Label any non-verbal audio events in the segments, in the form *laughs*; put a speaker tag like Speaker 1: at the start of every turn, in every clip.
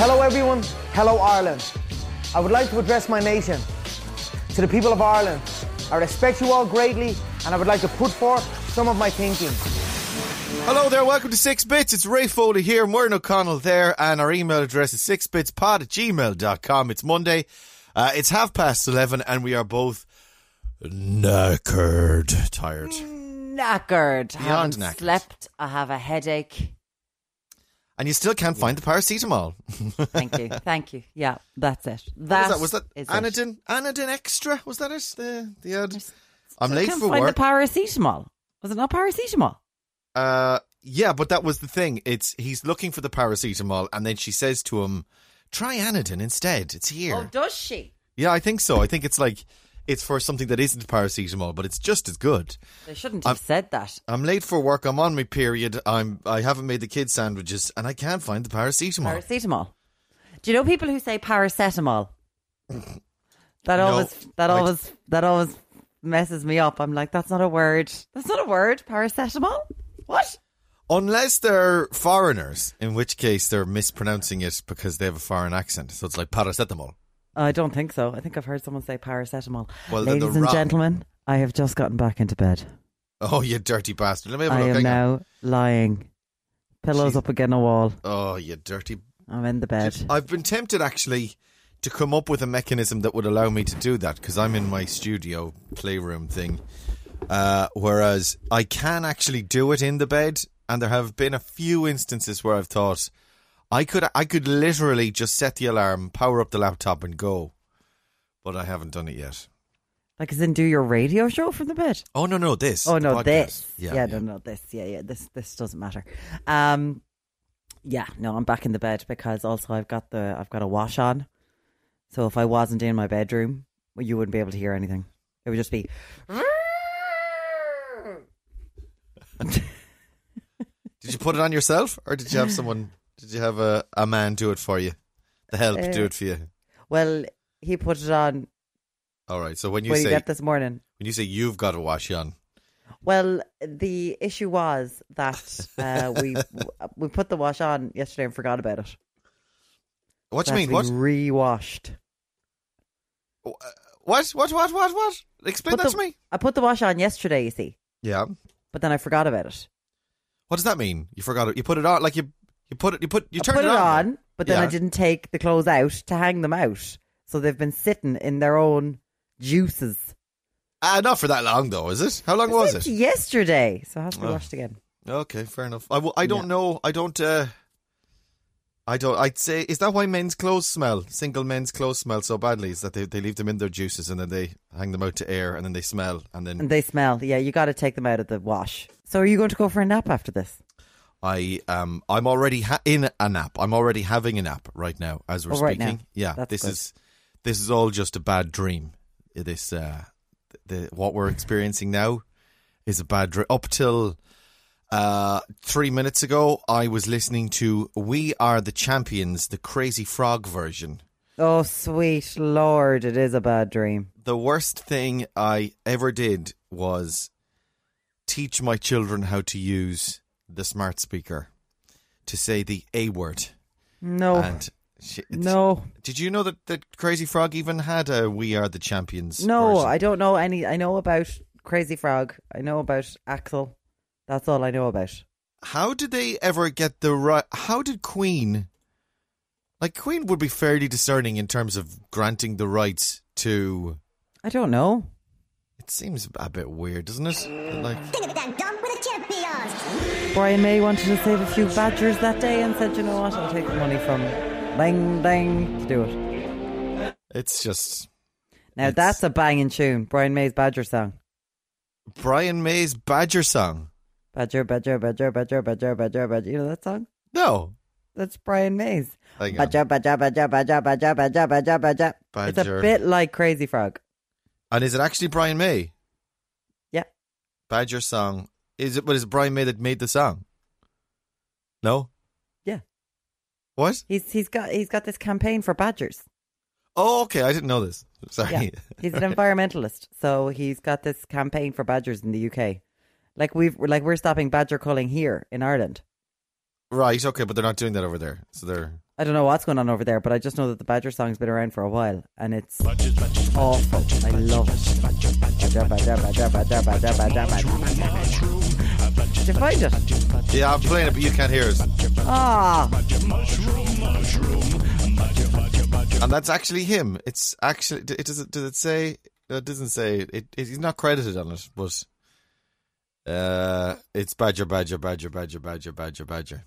Speaker 1: Hello, everyone. Hello, Ireland. I would like to address my nation. To the people of Ireland, I respect you all greatly, and I would like to put forth some of my thinking.
Speaker 2: Hello there, welcome to Six Bits. It's Ray Foley here, Martin O'Connell there, and our email address is sixbitspod at gmail.com. It's Monday, uh, it's half past 11, and we are both knackered, tired.
Speaker 3: Knackered. I
Speaker 2: Beyond
Speaker 3: haven't
Speaker 2: knackered.
Speaker 3: slept. I have a headache.
Speaker 2: And you still can't find the paracetamol. *laughs*
Speaker 3: Thank you. Thank you. Yeah, that's it.
Speaker 2: Was
Speaker 3: That
Speaker 2: that, was that
Speaker 3: is it.
Speaker 2: Anadin, Anadin Extra? Was that it? The, the ad?
Speaker 3: Just-
Speaker 2: I'm late
Speaker 3: can't
Speaker 2: for
Speaker 3: find
Speaker 2: work.
Speaker 3: the paracetamol. Was it not paracetamol?
Speaker 2: Uh, yeah, but that was the thing. It's He's looking for the paracetamol, and then she says to him, try Anadin instead. It's here.
Speaker 3: Oh, does she?
Speaker 2: Yeah, I think so. I think it's like it's for something that isn't paracetamol, but it's just as good.
Speaker 3: They shouldn't have said that.
Speaker 2: I'm late for work. I'm on my period. I'm I haven't made the kids sandwiches, and I can't find the paracetamol.
Speaker 3: Paracetamol. Do you know people who
Speaker 2: *laughs*
Speaker 3: say paracetamol? That
Speaker 2: No,
Speaker 3: always that
Speaker 2: I-
Speaker 3: always that always messes me up. I'm like, that's not a word. That's not a word. Paracetamol. What?
Speaker 2: Unless they're foreigners, in which case they're mispronouncing it because they have a foreign accent. So it's like paracetamol.
Speaker 3: I don't think so. I think I've heard someone say paracetamol.
Speaker 2: Well, then
Speaker 3: Ladies
Speaker 2: they're
Speaker 3: and
Speaker 2: wrong.
Speaker 3: gentlemen, I have just gotten back into bed.
Speaker 2: Oh, you dirty bastard! Let me have a
Speaker 3: I
Speaker 2: look.
Speaker 3: am
Speaker 2: Hang on.
Speaker 3: now lying, pillows
Speaker 2: Jeez.
Speaker 3: up against a wall.
Speaker 2: Oh, you dirty!
Speaker 3: I'm in the bed.
Speaker 2: I've been tempted actually to come up with a mechanism that would allow me to do that because I'm in my studio playroom thing. Uh, whereas I can actually do it in the bed, and there have been a few instances where I've thought I could I could literally just set the alarm, power up the laptop, and go. But I haven't done it yet.
Speaker 3: Like, as in, do your radio show from the bed.
Speaker 2: Oh no, no, this.
Speaker 3: Oh
Speaker 2: the
Speaker 3: no,
Speaker 2: podcast.
Speaker 3: this.
Speaker 2: Yeah,
Speaker 3: Yeah,
Speaker 2: yeah.
Speaker 3: no, no, this. Yeah, yeah. This, this doesn't matter. Um, yeah, no, I'm back in the bed because also I've got the I've got a wash on. So if I wasn't in my bedroom, well, you wouldn't be able to hear anything. It would just be.
Speaker 2: Did you put it on yourself, or did you have someone? Did you have a, a man do it for you? The help
Speaker 3: Uh,
Speaker 2: do it for you.
Speaker 3: Well, he put it on
Speaker 2: All right. So when you
Speaker 3: when
Speaker 2: say
Speaker 3: he got this morning.
Speaker 2: when you say you've got to wash on,
Speaker 3: Well, the issue was that uh, we *laughs* we put the wash on yesterday and forgot about it.
Speaker 2: What do
Speaker 3: It
Speaker 2: you
Speaker 3: has
Speaker 2: mean? What?
Speaker 3: to be Rewashed.
Speaker 2: What? What? What? What? What? Explain
Speaker 3: Put
Speaker 2: that
Speaker 3: the-
Speaker 2: to me.
Speaker 3: I put the wash on yesterday, you see,
Speaker 2: Yeah.
Speaker 3: but then I forgot about it.
Speaker 2: What does that mean? You forgot it. You put it on like you. You put it. You put. You
Speaker 3: I
Speaker 2: turned
Speaker 3: put it on,
Speaker 2: on.
Speaker 3: but then I
Speaker 2: Yeah.
Speaker 3: didn't take the clothes out to hang them out, so they've been sitting in their own juices.
Speaker 2: Ah, not for that long though, is it? How long was
Speaker 3: Since
Speaker 2: it?
Speaker 3: yesterday? So it has to be
Speaker 2: Oh.
Speaker 3: washed again.
Speaker 2: Okay, fair enough. I, w- I don't know. I don't. uh I don't. I'd say is that why men's clothes smell? Single men's clothes smell so badly is that they they leave them in their juices and then they hang them out to air and then they smell and then
Speaker 3: And they smell. Yeah, you got to take them out of the wash. So are you going to go for a nap after this?
Speaker 2: I um I'm already ha- in a nap. I'm already having a nap right now as we're
Speaker 3: Oh, right
Speaker 2: speaking.
Speaker 3: now.
Speaker 2: Yeah,
Speaker 3: That's
Speaker 2: this
Speaker 3: good.
Speaker 2: is this is all just a bad dream. This uh the what we're experiencing now is a bad dream. Up till uh 3 minutes ago I was listening to We Are the Champions, the Crazy Frog version.
Speaker 3: Oh, sweet lord, it is a bad dream.
Speaker 2: The worst thing I ever did was teach my children how to use the smart speaker to say the A word.
Speaker 3: No,
Speaker 2: And she,
Speaker 3: no.
Speaker 2: Did you know that, that Crazy Frog even had a "We Are the Champions"?
Speaker 3: No,
Speaker 2: version?
Speaker 3: I don't know any. I know about Crazy Frog. I know about Axel. That's all I know about.
Speaker 2: How did they ever get the right? How did Queen? Like Queen would be fairly discerning in terms of granting the rights to.
Speaker 3: I don't know.
Speaker 2: It seems a bit weird, doesn't it? Like
Speaker 3: Brian May wanted to save a few badgers that day and said, you know what, I'll take the money from Bang Bang to do it.
Speaker 2: it's just
Speaker 3: Now
Speaker 2: It's-
Speaker 3: that's a banging tune. Brian May's Badger song.
Speaker 2: Brian May's Badger song.
Speaker 3: Badger, badger, badger, badger, badger, badger, badger. You know that song?
Speaker 2: No, um,
Speaker 3: That's Brian May's.
Speaker 2: Hang on.
Speaker 3: Badger, badger, badger, badger, badger, badger, badger, badger. It's
Speaker 2: Badger.
Speaker 3: a bit like Crazy Frog.
Speaker 2: and is it actually Brian May?
Speaker 3: Yeah.
Speaker 2: Badger song. Is it? But is it Brian May that made the song? No.
Speaker 3: Yeah.
Speaker 2: What?
Speaker 3: He's he's got he's got this campaign for badgers.
Speaker 2: Oh, okay. I didn't know this. *laughs* Sorry.
Speaker 3: Yeah.
Speaker 2: *laughs*
Speaker 3: He's an environmentalist. So he's got this campaign for badgers in the UK. Like we've like we're stopping badger culling here in Ireland.
Speaker 2: Right. Okay. But they're not doing that over there. So they're
Speaker 3: I don't know what's going on over there, but I just know that the Badger song's been around for a while and it's awful. I love it. Badger, badger, badger, badger, badger, badger, badger. Did you find it?
Speaker 2: Yeah, I'm playing it, but you can't hear it.
Speaker 3: Ah,
Speaker 2: And that's actually him. It's actually. It doesn't. Does it say? It doesn't say. It, it. He's not credited on it, but. Uh, it's badger, badger, badger, badger, badger, badger, badger.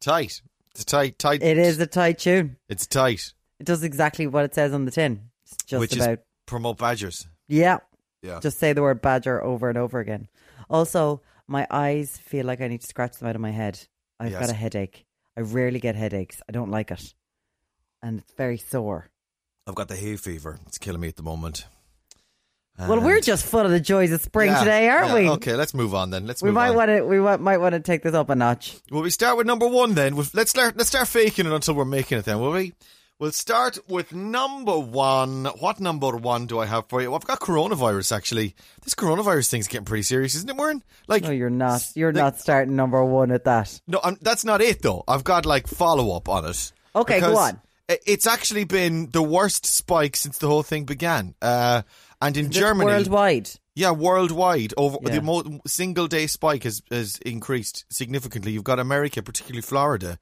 Speaker 2: Tight. It's tight, tight.
Speaker 3: it is a tight tune.
Speaker 2: It's tight.
Speaker 3: It does exactly what it says on the tin. It's just
Speaker 2: which
Speaker 3: about.
Speaker 2: is Uh. promote badgers.
Speaker 3: Yeah.
Speaker 2: Yeah.
Speaker 3: Just say the word badger over and over again. Also, my eyes feel like I need to scratch them out of my head. I've
Speaker 2: Yes.
Speaker 3: got a headache. I rarely get headaches. I don't like it. And it's very sore.
Speaker 2: I've got the hay fever. It's killing me at the moment.
Speaker 3: well, we're
Speaker 2: And-
Speaker 3: just full of the joys of spring
Speaker 2: Uh-huh. Yeah,
Speaker 3: today, aren't
Speaker 2: yeah,
Speaker 3: we?
Speaker 2: Okay, let's move on then. Let's
Speaker 3: We
Speaker 2: move
Speaker 3: might
Speaker 2: on.
Speaker 3: want to we wa- might want to take this up a notch.
Speaker 2: Well, we start with number one then. With- Let's start. Let's start faking it until we're making it. Then, will we? We'll start with number one. What number one do I have for you? Well, I've got coronavirus. Actually, this coronavirus thing's getting pretty serious, isn't it, Warren? Like,
Speaker 3: No,
Speaker 2: no,
Speaker 3: you're not. You're not starting number one at that.
Speaker 2: I'm, that's not it though. I've got like follow up on it.
Speaker 3: Okay, go
Speaker 2: Because
Speaker 3: on.
Speaker 2: i- It's actually been the worst spike since the whole thing began. Uh, and in Germany,
Speaker 3: worldwide.
Speaker 2: yeah, worldwide, over
Speaker 3: Yeah.
Speaker 2: the mo- single day spike has, has increased significantly. You've got America, particularly Florida,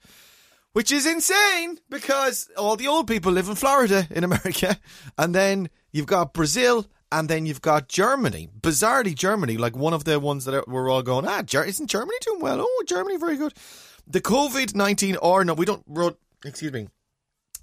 Speaker 2: which is insane because all the old people live in Florida in America, *laughs* and then you've got Brazil, and then you've got Germany. Bizarrely, Germany, like one of the ones that we're all going, ah, Ger- isn't Germany doing well? Oh, Germany, very good. The COVID nineteen R no, we don't. ro- Excuse me.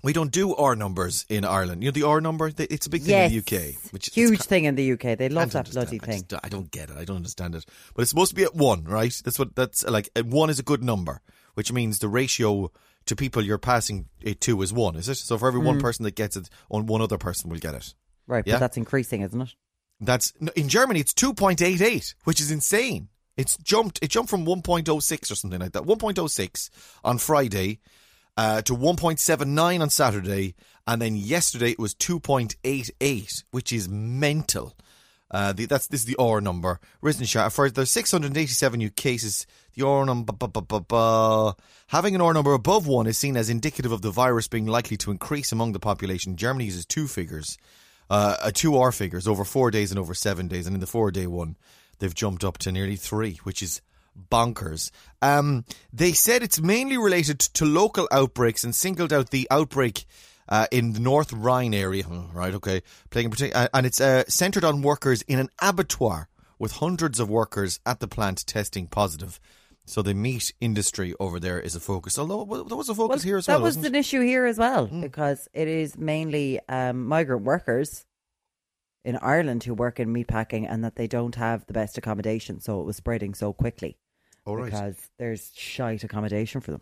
Speaker 2: We don't do R numbers in Ireland. You know the R number. They- It's a big thing in the UK, which is it's
Speaker 3: huge thing in the UK. They
Speaker 2: can't
Speaker 3: love that
Speaker 2: understand.
Speaker 3: bloody
Speaker 2: I
Speaker 3: thing.
Speaker 2: just don't- I don't get it. I don't understand it. But it's supposed to be at one, right? That's what that's uh, like. uh, One is a good number, which means the ratio to people you're passing it to is one, is it? So for every
Speaker 3: Hmm.
Speaker 2: one person that gets it, on one other person will get it.
Speaker 3: Right,
Speaker 2: Yeah.
Speaker 3: but that's increasing, isn't it?
Speaker 2: That's no, in Germany. It's two point eight eight, which is insane. It's jumped. It jumped from one point oh six or something like that. One point oh six on Friday uh, to one point seven nine on Saturday, and then yesterday it was two point eight eight, which is mental. Uh, the, that's this is the R number. Risen shot for the 687 new cases. The R number, bu- bu- bu- bu- having an R number above one is seen as indicative of the virus being likely to increase among the population. Germany uses two figures, uh, uh, two R figures over four days and over seven days, and in the four day one, they've jumped up to nearly three, which is bonkers. Um, they said it's mainly related to local outbreaks and singled out the outbreak uh, in the North Rhine area. Hmm, Right, okay. Playing in particular, uh, and it's uh, centered on workers in an abattoir with hundreds of workers at the plant testing positive. So the meat industry over there is a focus. Although well, there was a focus here as
Speaker 3: that
Speaker 2: well. Mm.
Speaker 3: was
Speaker 2: wasn't
Speaker 3: an issue here as well because it is mainly um, migrant workers in Ireland who work in meatpacking and that they don't have the best accommodation, so it was spreading so quickly
Speaker 2: All right.
Speaker 3: because there's shite accommodation for them.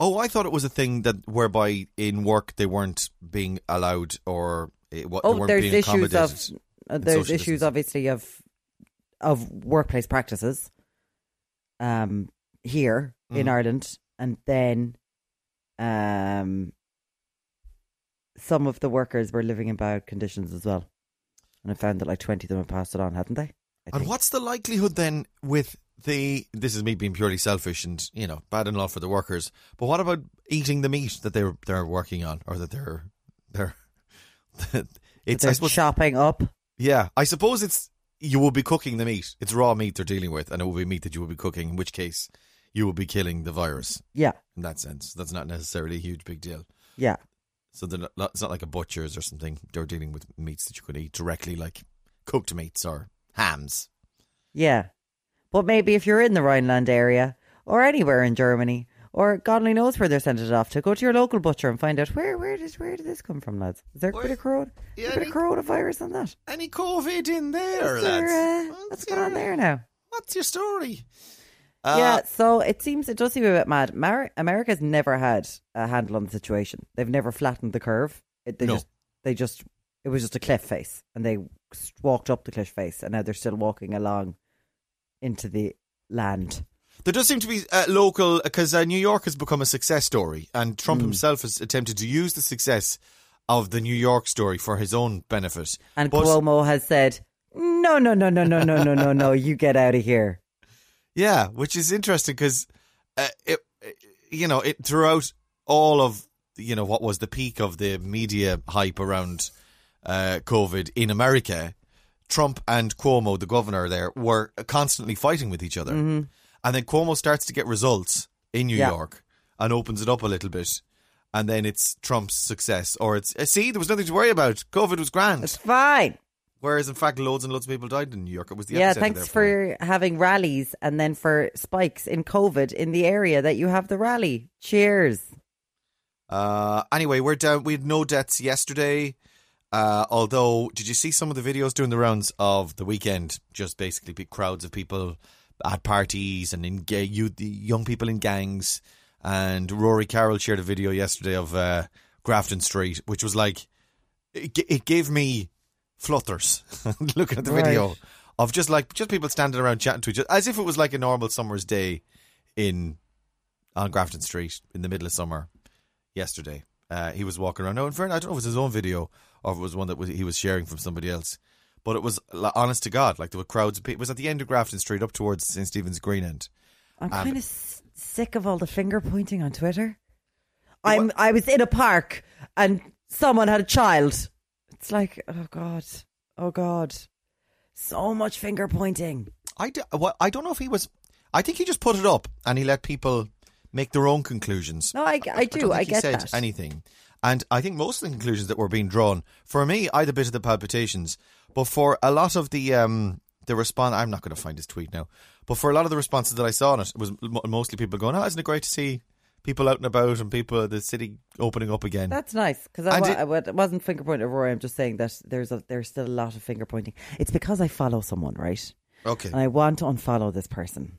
Speaker 2: Oh, I thought it was a thing that whereby in work they weren't being allowed or it, what, they
Speaker 3: oh,
Speaker 2: weren't
Speaker 3: there's
Speaker 2: being
Speaker 3: issues
Speaker 2: accommodated.
Speaker 3: of uh, there's
Speaker 2: social
Speaker 3: issues
Speaker 2: distancing.
Speaker 3: obviously of of workplace practices um here in
Speaker 2: Mhm.
Speaker 3: Ireland and then um some of the workers were living in bad conditions as well. And I found that like 20 of them had passed it on, hadn't they? I
Speaker 2: And
Speaker 3: think.
Speaker 2: what's the likelihood then with the this is me being purely selfish and you know bad and law for the workers, but what about eating the meat that they're they're working on or that they're they're *laughs*
Speaker 3: That
Speaker 2: it's I
Speaker 3: they're
Speaker 2: suppose,
Speaker 3: chopping up.
Speaker 2: yeah I suppose it's you will be cooking the meat. It's raw meat they're dealing with, and it will be meat that you will be cooking. In which case, you will be killing the virus.
Speaker 3: Yeah.
Speaker 2: In that sense, that's not necessarily a huge big deal.
Speaker 3: Yeah.
Speaker 2: So they're not, it's not like a butcher's or something. They're dealing with meats that you could eat directly, like cooked meats or hams.
Speaker 3: Yeah. But maybe if you're in the Rhineland area or anywhere in Germany or God only knows where they're sending it off to, go to your local butcher and find out where where did where did this come from, lads? Is there a bit of corona,
Speaker 2: Yeah,
Speaker 3: a bit of coronavirus on that?
Speaker 2: Any COVID in there,
Speaker 3: Is there,
Speaker 2: lads?
Speaker 3: uh,
Speaker 2: What's
Speaker 3: what's
Speaker 2: your-
Speaker 3: going on there now?
Speaker 2: What's your story? Uh,
Speaker 3: yeah, so it seems it does seem a bit mad. Mar- America's never had a handle on the situation. They've never flattened the curve. It, they
Speaker 2: No.
Speaker 3: just they just it was just a cliff face, and they s- walked up the cliff face, and now they're still walking along into the land.
Speaker 2: There does seem to be uh, local because uh, New York has become a success story, and
Speaker 3: Hmm.
Speaker 2: Trump himself has attempted to use the success of the New York story for his own benefit.
Speaker 3: And
Speaker 2: But-
Speaker 3: Cuomo has said, "No, no, no, no, no, no, no, no, no. You get out of here."
Speaker 2: Yeah, which is interesting because uh, it, it- you know, it throughout all of you know what was the peak of the media hype around uh, COVID in America, Trump and Cuomo, the governor there, were constantly fighting with each other, and then Cuomo starts to get results in New
Speaker 3: Mm-hmm. Yeah.
Speaker 2: York and opens it up a little bit. And then it's Trump's success, or it's uh, see there was nothing to worry about. COVID was grand,
Speaker 3: *laughs* It's fine.
Speaker 2: whereas in fact loads and loads of people died in New York. It was the
Speaker 3: yeah,
Speaker 2: epicenter
Speaker 3: thanks
Speaker 2: there
Speaker 3: for having rallies and then for spikes in COVID in the area that you have the rally. Cheers.
Speaker 2: Uh, anyway, we're down. We had no deaths yesterday. Uh, although, did you see some of the videos doing the rounds of the weekend? Just basically big crowds of people at parties and in gay, you, the young people in gangs. And Rory Carroll shared a video yesterday of uh, Grafton Street, which was like it, g- it gave me flutters *laughs* looking at the
Speaker 3: Right.
Speaker 2: video of just like just people standing around chatting to each other as if it was like a normal summer's day in on Grafton Street in the middle of summer yesterday. Uh, he was walking around. Now, in fairness, I don't know if it was his own video or if it was one that was, he was sharing from somebody else. But it was like, honest to God, like there were crowds. of pe- It was at the end of Grafton Street, up towards St Stephen's Green End.
Speaker 3: I'm
Speaker 2: Um,
Speaker 3: kind of s- sick of all the finger pointing on Twitter. I'm I was in a park and someone had a child. It's like, oh god, oh god, so much finger pointing.
Speaker 2: I, d- well, I don't know if he was. I think he just put it up and he let people make their own conclusions.
Speaker 3: No, I, I
Speaker 2: don't
Speaker 3: do,
Speaker 2: think
Speaker 3: I,
Speaker 2: he
Speaker 3: get
Speaker 2: said
Speaker 3: that.
Speaker 2: anything. And I think most of the conclusions that were being drawn, for me, I had a bit of the palpitations, but for a lot of the um, the response, I'm not going to find his tweet now. But for a lot of the responses that I saw on it, it was mo- mostly people going, "Oh, isn't it great to see people out and about and people the city opening up again?"
Speaker 3: That's nice because I,
Speaker 2: And
Speaker 3: wa-
Speaker 2: it-
Speaker 3: I wa- it wasn't finger pointing at Rory. I'm just saying that there's a, there's still a lot of finger pointing. It's because I follow someone, right?
Speaker 2: okay,
Speaker 3: And I want to unfollow this person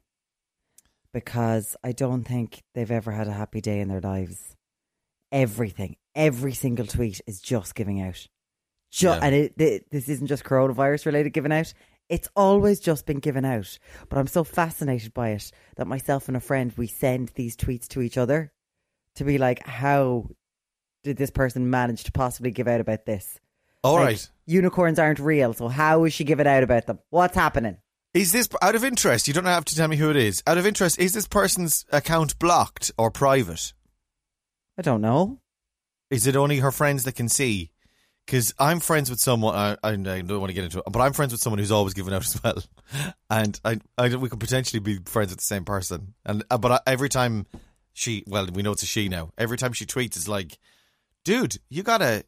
Speaker 3: because I don't think they've ever had a happy day in their lives. Everything, every single tweet is just giving out. Ju-
Speaker 2: Yeah.
Speaker 3: And it, th this isn't just coronavirus related giving out. It's always just been given out. But I'm so fascinated by it that myself and a friend, we send these tweets to each other to be like, how did this person manage to possibly give out about this?
Speaker 2: all
Speaker 3: Like,
Speaker 2: right.
Speaker 3: Unicorns aren't real. So how is she giving out about them? What's happening?
Speaker 2: Is this out of interest? You don't have to tell me who it is. Out of interest, is this person's account blocked or private?
Speaker 3: I don't know.
Speaker 2: Is it only her friends that can see? Because I'm friends with someone, I, I, I don't want to get into it, but I'm friends with someone who's always giving out as well, *laughs* and I, I we could potentially be friends with the same person. And uh, but I, every time she, well, we know it's a she now. Every time she tweets, it's like, dude, you gotta,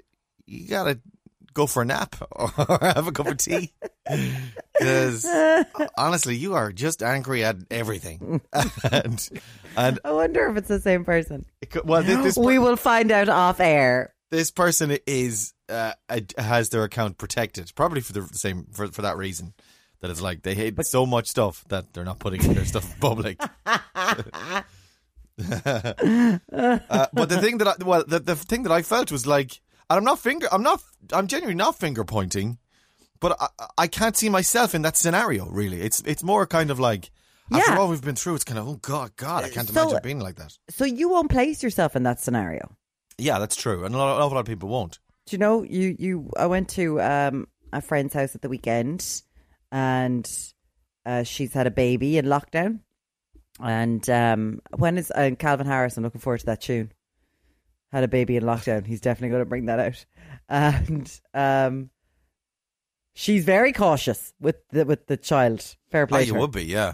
Speaker 2: you gotta go for a nap *laughs* or have a cup of tea. Because honestly, you are just angry at everything, *laughs* and and
Speaker 3: I wonder if it's the same person.
Speaker 2: it could- well, this, this
Speaker 3: we will find out off air.
Speaker 2: this person is uh, ad- has their account protected, probably for the same for, for that reason. That it's like they hate so much stuff that they're not putting their stuff *laughs* public. uh, but the thing that I, well, the, the thing that I felt was like, and I'm not finger, I'm not, I'm genuinely not finger pointing, but I, I can't see myself in that scenario. Really, it's it's more kind of like after
Speaker 3: Yeah.
Speaker 2: all we've been through, it's kind of oh god, god, I can't
Speaker 3: So-
Speaker 2: imagine being like that.
Speaker 3: So you won't place yourself in that scenario.
Speaker 2: Yeah, that's true, and a lot, an awful lot of people won't.
Speaker 3: Do you know you you I went to um a friend's house at the weekend and uh, she's had a baby in lockdown. And um when is and Calvin Harris, I'm looking forward to that tune. Had a baby in lockdown. He's definitely gonna bring that out. And um she's very cautious with the with the child. Fair
Speaker 2: Oh,
Speaker 3: play. to
Speaker 2: you
Speaker 3: her.
Speaker 2: would be, yeah.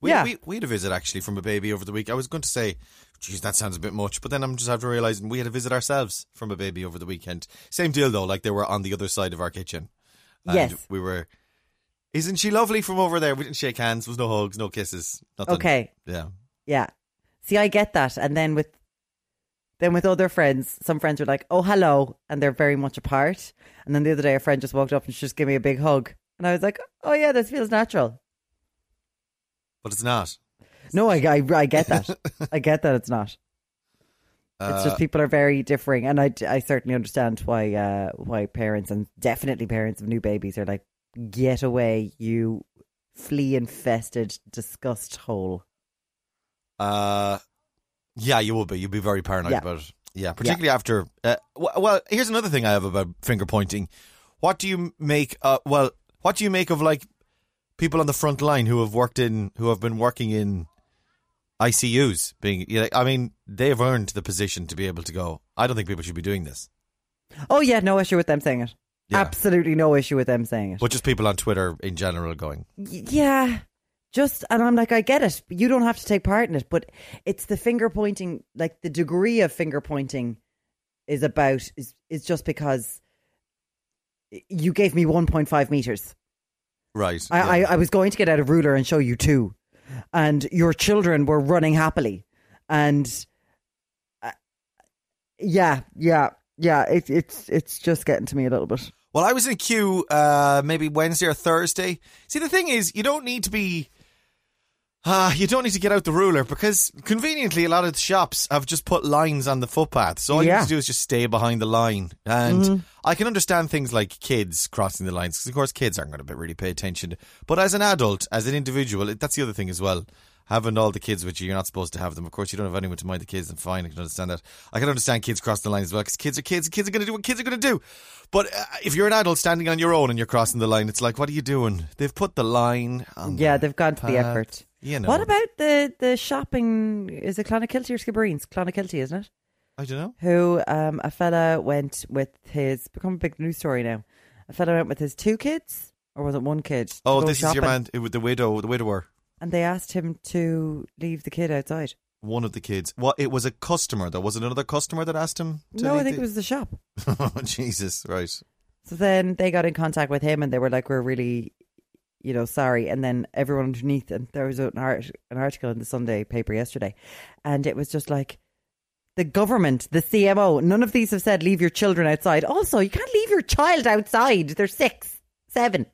Speaker 2: We,
Speaker 3: Yeah.
Speaker 2: we we had a visit actually from a baby over the week. I was going to say, geez, that sounds a bit much, but then I'm just after realizing we had a visit ourselves from a baby over the weekend. Same deal though, like they were on the other side of our kitchen. And
Speaker 3: Yes.
Speaker 2: we were. Isn't she lovely from over there? We didn't shake hands. Was no hugs, no kisses, nothing.
Speaker 3: Okay.
Speaker 2: Yeah.
Speaker 3: Yeah. See, I get that. And then with then with other friends, some friends are like, "Oh, hello," and they're very much apart. And then the other day, a friend just walked up and she just gave me a big hug, and I was like, "Oh yeah, this feels natural."
Speaker 2: But it's not.
Speaker 3: No, I I, I get that. I get that it's not.
Speaker 2: Uh,
Speaker 3: it's just people are very differing, and I, I certainly understand why uh, why parents and definitely parents of new babies are like, "Get away, you flea infested disgust hole."
Speaker 2: Uh, yeah, you will be. You'll be very paranoid
Speaker 3: Yeah.
Speaker 2: about it. Yeah, particularly after. Uh, w- well, here's another thing I have about finger pointing. What do you make? Uh, well, what do you make of like people on the front line who have worked in, who have been working in ICUs being, you know, I mean, they've earned the position to be able to go. I don't think people should be doing this.
Speaker 3: Oh yeah, no issue with them saying it.
Speaker 2: Yeah.
Speaker 3: Absolutely no issue with them saying it.
Speaker 2: But just people on Twitter in general going,
Speaker 3: Y- yeah, just and I'm like, I get it. You don't have to take part in it, but it's the finger pointing, like the degree of finger pointing, is about is is just because you gave me 1.5 meters.
Speaker 2: right.
Speaker 3: I,
Speaker 2: yeah.
Speaker 3: I, I was going to get out a ruler and show you two, and your children were running happily, and uh, yeah, yeah, yeah. It, it's it's just getting to me a little bit.
Speaker 2: Well, I was in a queue uh, maybe Wednesday or Thursday. See, the thing is, you don't need to be. Uh, you don't need to get out the ruler because conveniently a lot of the shops have just put lines on the footpath. So all you
Speaker 3: Yeah.
Speaker 2: need to do is just stay behind the line. And
Speaker 3: Mm-hmm.
Speaker 2: I can understand things like kids crossing the lines because, of course, kids aren't going to really pay attention. But as an adult, as an individual, it- that's the other thing as well. Having all the kids with you, you're not supposed to have them. Of course, you don't have anyone to mind the kids, and fine, I can understand that. I can understand kids crossing the line as well because kids are kids. Kids are going to do what kids are going to do. But uh, if you're an adult standing on your own and you're crossing the line, it's like, what are you doing? They've put the line. On
Speaker 3: Yeah,
Speaker 2: the
Speaker 3: they've gone to the
Speaker 2: path.
Speaker 3: effort.
Speaker 2: You know.
Speaker 3: What about the the shopping? Is it Clonakilty or Skibbereen's? Clonakilty, isn't it?
Speaker 2: I don't know.
Speaker 3: Who um, a fella went with his become a big news story now. A fella went with his two kids, or was it one kid? to
Speaker 2: Oh,
Speaker 3: go
Speaker 2: this is
Speaker 3: shopping,
Speaker 2: your man uh, with the widow, the widower.
Speaker 3: And they asked him to leave the kid outside.
Speaker 2: One of the kids. What? It was a customer though. Was it another customer that asked him? To
Speaker 3: no, I
Speaker 2: leave
Speaker 3: think
Speaker 2: the-
Speaker 3: it was the shop.
Speaker 2: *laughs* oh Jesus! Right.
Speaker 3: So then they got in contact with him, and they were like, "We're really, you know, sorry." And then everyone underneath, and there was an, art, an article in the Sunday paper yesterday, and it was just like the government, the CMO, none of these have said leave your children outside. Also, you can't leave your child outside; they're six, seven.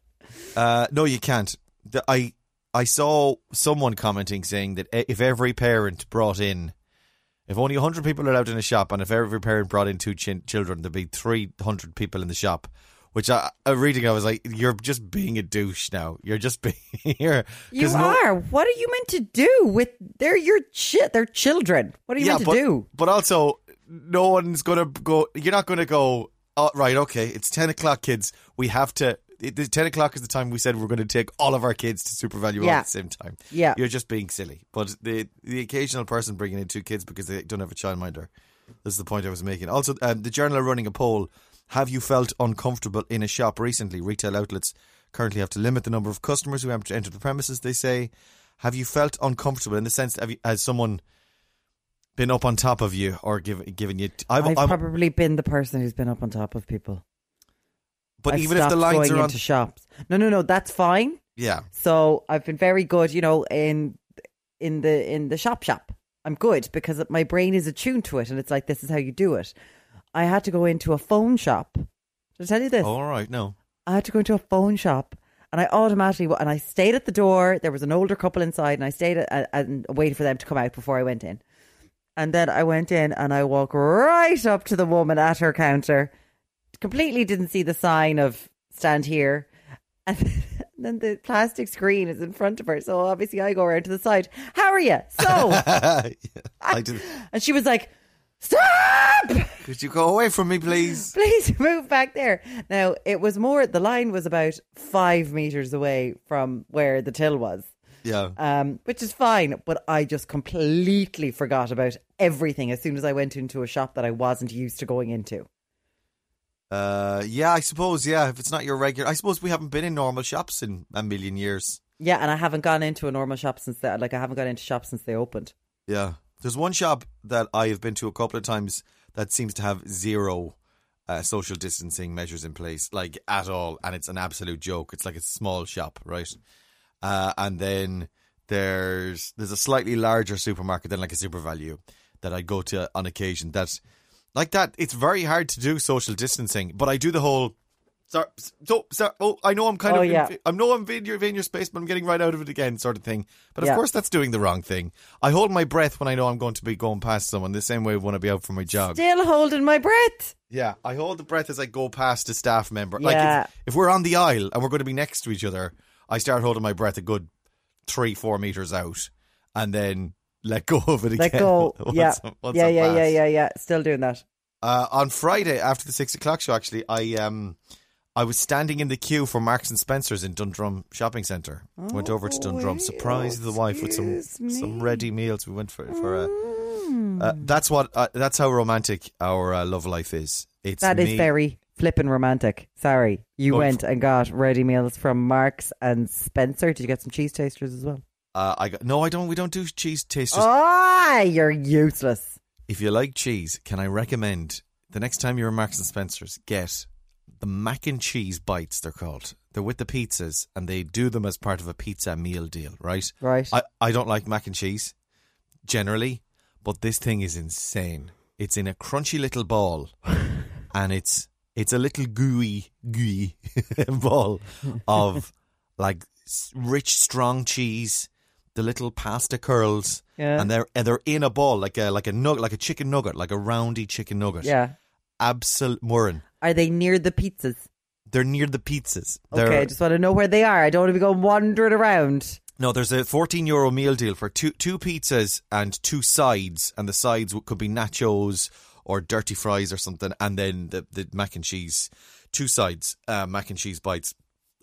Speaker 2: Uh, no, you can't. The, I I saw someone commenting saying that i- if every parent brought in, if only hundred people are allowed in a shop, and if every parent brought in two chin- children, there'd be three hundred people in the shop. Which I, I reading, I was like, "You're just being a douche now. You're just *laughs* being here. 'Cause
Speaker 3: You
Speaker 2: no-
Speaker 3: are. What are you meant to do with? They're your shit. They're children. What are you meant
Speaker 2: but,
Speaker 3: to do?
Speaker 2: But also, no one's gonna go. You're not gonna go. Oh, right, okay. It's ten o'clock, kids. We have to. It, the ten o'clock is the time we said we're going to take all of our kids to Super Value all
Speaker 3: Yeah.
Speaker 2: at the same time.
Speaker 3: Yeah.
Speaker 2: you're just being silly. But the the occasional person bringing in two kids because they don't have a childminder. This is the point I was making. Also, um, the journal are running a poll. Have you felt uncomfortable in a shop recently? Retail outlets currently have to limit the number of customers who enter enter the premises. They say, have you felt uncomfortable in the sense that have you, has someone been up on top of you or give, given you? i
Speaker 3: I've
Speaker 2: I've, I'm-
Speaker 3: probably been the person who's been up on top of people.
Speaker 2: but
Speaker 3: I've
Speaker 2: even if the
Speaker 3: stopped
Speaker 2: lines
Speaker 3: going
Speaker 2: are on,
Speaker 3: into shops, no, no, no, that's fine.
Speaker 2: yeah,
Speaker 3: So I've been very good, you know, in in the in the shop shop. I'm good because my brain is attuned to it, and it's like this is how you do it. I had to go into a phone shop. Did I tell you this?
Speaker 2: all right, no, *laughs*
Speaker 3: I had to go into a phone shop, and I automatically wa- and I stayed at the door. There was an older couple inside, and I stayed at, and- and waited for them to come out before I went in. And then I went in, and I walked right up to the woman at her counter. Completely didn't see the sign of stand here. *laughs* And then the plastic screen is in front of her. So obviously I go around to the side. How are you?
Speaker 2: *laughs*
Speaker 3: So,
Speaker 2: Yeah, I did.
Speaker 3: and she was like, stop!
Speaker 2: Could you go away from me, please?
Speaker 3: *laughs* please move back there. Now it was more the line was about five meters away from where the till was.
Speaker 2: Yeah.
Speaker 3: Um, which is fine, but I just completely forgot about everything as soon as I went into a shop that I wasn't used to going into.
Speaker 2: Uh, yeah, I suppose. Yeah, if it's not your regular, I suppose we haven't been in normal shops in a million years.
Speaker 3: Yeah, and I haven't gone into a normal shop since that. Like I haven't gone into shops since they opened.
Speaker 2: Yeah, there's one shop that I have been to a couple of times that seems to have zero uh, social distancing measures in place, like at all, and it's an absolute joke. It's like a small shop, right? Uh, and then there's there's a slightly larger supermarket than like a Super Value that I go to on occasion. That like that, it's very hard to do social distancing, but I do the whole. Sorry, so, so, oh, I know I'm kind
Speaker 3: Oh,
Speaker 2: of,
Speaker 3: yeah.
Speaker 2: inv- I know I'm in your, in your space, but I'm getting right out of it again, sort of thing. But of
Speaker 3: Yeah.
Speaker 2: course, that's doing the wrong thing. I hold my breath when I know I'm going to be going past someone. The same way when I be out for my jog.
Speaker 3: Still holding my breath.
Speaker 2: Yeah, I hold the breath as I go past a staff member.
Speaker 3: Yeah.
Speaker 2: Like if, if we're on the aisle and we're going to be next to each other, I start holding my breath a good three, four meters out, and then let go of it *laughs*
Speaker 3: Let
Speaker 2: again.
Speaker 3: go.
Speaker 2: once
Speaker 3: yeah,
Speaker 2: I'm- once
Speaker 3: yeah,
Speaker 2: I'm
Speaker 3: yeah, yeah,
Speaker 2: past.
Speaker 3: yeah, yeah. Still doing that.
Speaker 2: Uh, on Friday after the six o'clock show, actually, I um, I was standing in the queue for Marks and Spencers in Dundrum Shopping Centre. went over to Dundrum, surprised the wife with some
Speaker 3: Oh, excuse
Speaker 2: some
Speaker 3: me.
Speaker 2: ready meals. We went for for a.
Speaker 3: Mm.
Speaker 2: Uh, that's what. Uh, that's how romantic our uh, love life is. It's
Speaker 3: That is
Speaker 2: me-
Speaker 3: very flippin' romantic. Sorry. You
Speaker 2: Oh,
Speaker 3: went and got ready meals from Marks and Spencer. Did you get some cheese tasters as well?
Speaker 2: Uh, I got, no, I don't. We don't do cheese tasters.
Speaker 3: Ah, you're useless.
Speaker 2: If you like cheese, can I recommend the next time you're in Marks and Spencers, get the mac and cheese bites. They're called. They're with the pizzas, and they do them as part of a pizza meal deal, right?
Speaker 3: Right.
Speaker 2: I, I don't like mac and cheese generally, but this thing is insane. It's in a crunchy little
Speaker 3: *laughs*
Speaker 2: ball, and it's it's a little gooey gooey *laughs* ball
Speaker 3: *laughs*
Speaker 2: of like s- rich strong cheese, the little pasta curls,
Speaker 3: Yeah.
Speaker 2: and they're and they're in a ball like a like a nug like a chicken nugget like a roundy chicken nugget.
Speaker 3: yeah.
Speaker 2: absolute Morin.
Speaker 3: Are they near the pizzas?
Speaker 2: They're near the pizzas. They're,
Speaker 3: Okay, I just want to know where they are. I don't want to be going wandering around.
Speaker 2: No, there's a 14 euro meal deal for two two pizzas and two sides, and the sides w- could be nachos or dirty fries or something, and then the, the mac and cheese, two sides, uh, mac and cheese bites.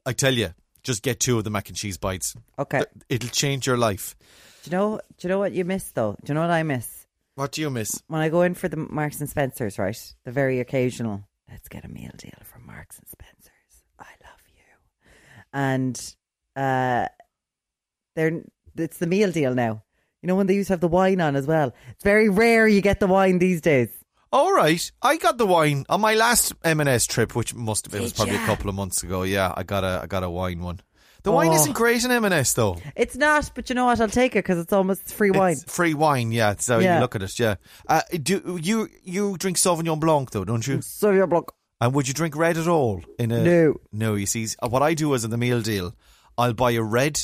Speaker 2: I tell you, just get two of the mac and cheese bites.
Speaker 3: Okay.
Speaker 2: Th- It'll change your life.
Speaker 3: Do you know? Do you know what you miss though? Do you know what I miss
Speaker 2: What do you miss?
Speaker 3: when I go in for the Marks and Spencers? Right, the very occasional. Let's get a meal deal from Marks and Spencers. I love you, and uh, they're it's the meal deal now. You know when they used to have the wine on as well. It's very rare you get the wine these days.
Speaker 2: All right, I got the wine on my last M&S trip, which must have it was probably a couple of months ago. Yeah, I got a I got a wine one. The wine
Speaker 3: Oh.
Speaker 2: isn't great in M&S though.
Speaker 3: It's not, but you know what? I'll take it because it's almost free wine.
Speaker 2: It's free wine, yeah. So
Speaker 3: Yeah.
Speaker 2: you look at it, yeah. Uh, do you you drink Sauvignon Blanc though, don't you?
Speaker 3: Sauvignon Blanc.
Speaker 2: And would you drink red at all? In a
Speaker 3: No.
Speaker 2: no. You see, s- what I do is in the meal deal, I'll buy a red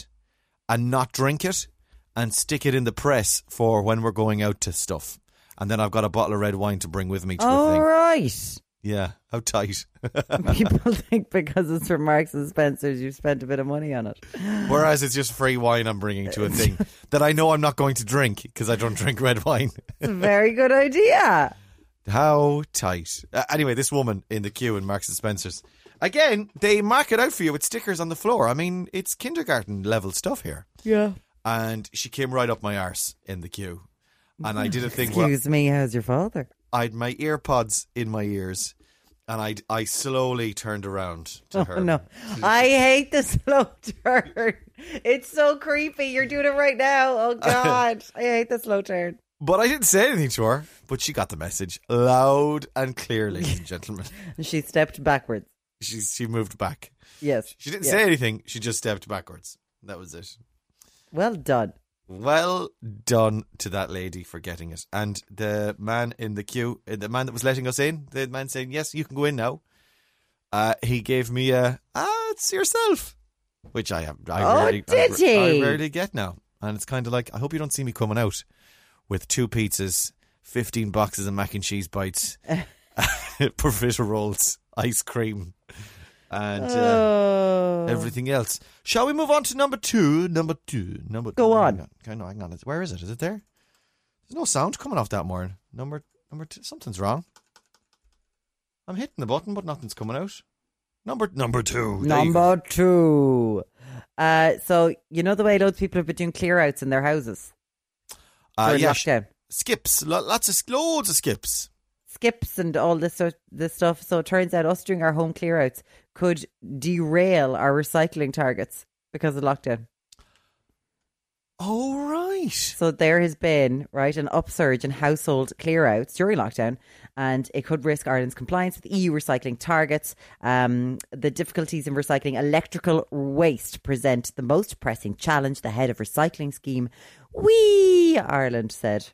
Speaker 2: and not drink it, and stick it in the press for when we're going out to stuff. And then I've got a bottle of red wine to bring with me to the
Speaker 3: All
Speaker 2: thing.
Speaker 3: right. *laughs*
Speaker 2: Yeah, how tight.
Speaker 3: People think because it's from Marks and Spencers, you've spent a bit of money on it.
Speaker 2: Whereas it's just free wine I'm bringing to a thing
Speaker 3: *laughs*
Speaker 2: that I know I'm not going to drink because I don't drink red wine. *laughs*
Speaker 3: It's a very good idea.
Speaker 2: How tight. Uh, anyway, this woman in the queue in Marks and Spencer's. Again, they mark it out for you with stickers on the floor. I mean, it's kindergarten level stuff here.
Speaker 3: Yeah.
Speaker 2: And she came right up my arse in the queue. And I did a thing where
Speaker 3: Excuse me, how's your father?
Speaker 2: I had my ear pods in my ears and I I slowly turned around to
Speaker 3: Oh
Speaker 2: her.
Speaker 3: no, I hate the *laughs* slow turn. It's so creepy. You're doing it right now.
Speaker 2: *laughs*
Speaker 3: Oh God, I hate the slow turn.
Speaker 2: But I didn't say anything to her. But she got the message loud and clear,
Speaker 3: *laughs*
Speaker 2: ladies and gentlemen.
Speaker 3: And she stepped backwards.
Speaker 2: She, she moved back.
Speaker 3: Yes,
Speaker 2: She didn't
Speaker 3: Yeah.
Speaker 2: say anything. She just stepped backwards. That was it.
Speaker 3: Well done.
Speaker 2: Well done to that lady for getting it. And the man in the queue, uh, the man that was letting us in, the man saying, Yes, you can go in now. Uh, he gave me a, Ah, it's yourself. Which I have. I
Speaker 3: Oh,
Speaker 2: rarely,
Speaker 3: did
Speaker 2: I,
Speaker 3: he?
Speaker 2: I rarely get now. And it's kind of like, I hope you don't see me coming out with two pizzas, 15 boxes of mac and cheese
Speaker 3: *laughs*
Speaker 2: bites, *laughs* profiterolles, rolls, ice cream, and. Uh,
Speaker 3: oh,
Speaker 2: everything else. Shall we move on to number two? Number two. Number.
Speaker 3: Go
Speaker 2: hang
Speaker 3: on.
Speaker 2: Hang on. Hang on. Where is it? Is it there? There's no sound coming off that morning. Number number two. Something's wrong. I'm hitting the button, but nothing's coming out. Number number two. There you go.
Speaker 3: number two. Uh, so you know the way loads of people have been doing clear outs in their houses
Speaker 2: Uh,
Speaker 3: during
Speaker 2: yeah, sh-
Speaker 3: lockdown.
Speaker 2: skips. Lo- lots of loads of skips.
Speaker 3: skips and all this sort this stuff. So it turns out us doing our home clearouts could derail our recycling targets because of lockdown.
Speaker 2: All right.
Speaker 3: So there has been right an upsurge in household clearouts during lockdown, and it could risk Ireland's compliance with EU recycling targets. Um, the difficulties in recycling electrical waste present the most pressing challenge. The head of recycling scheme, We Ireland said.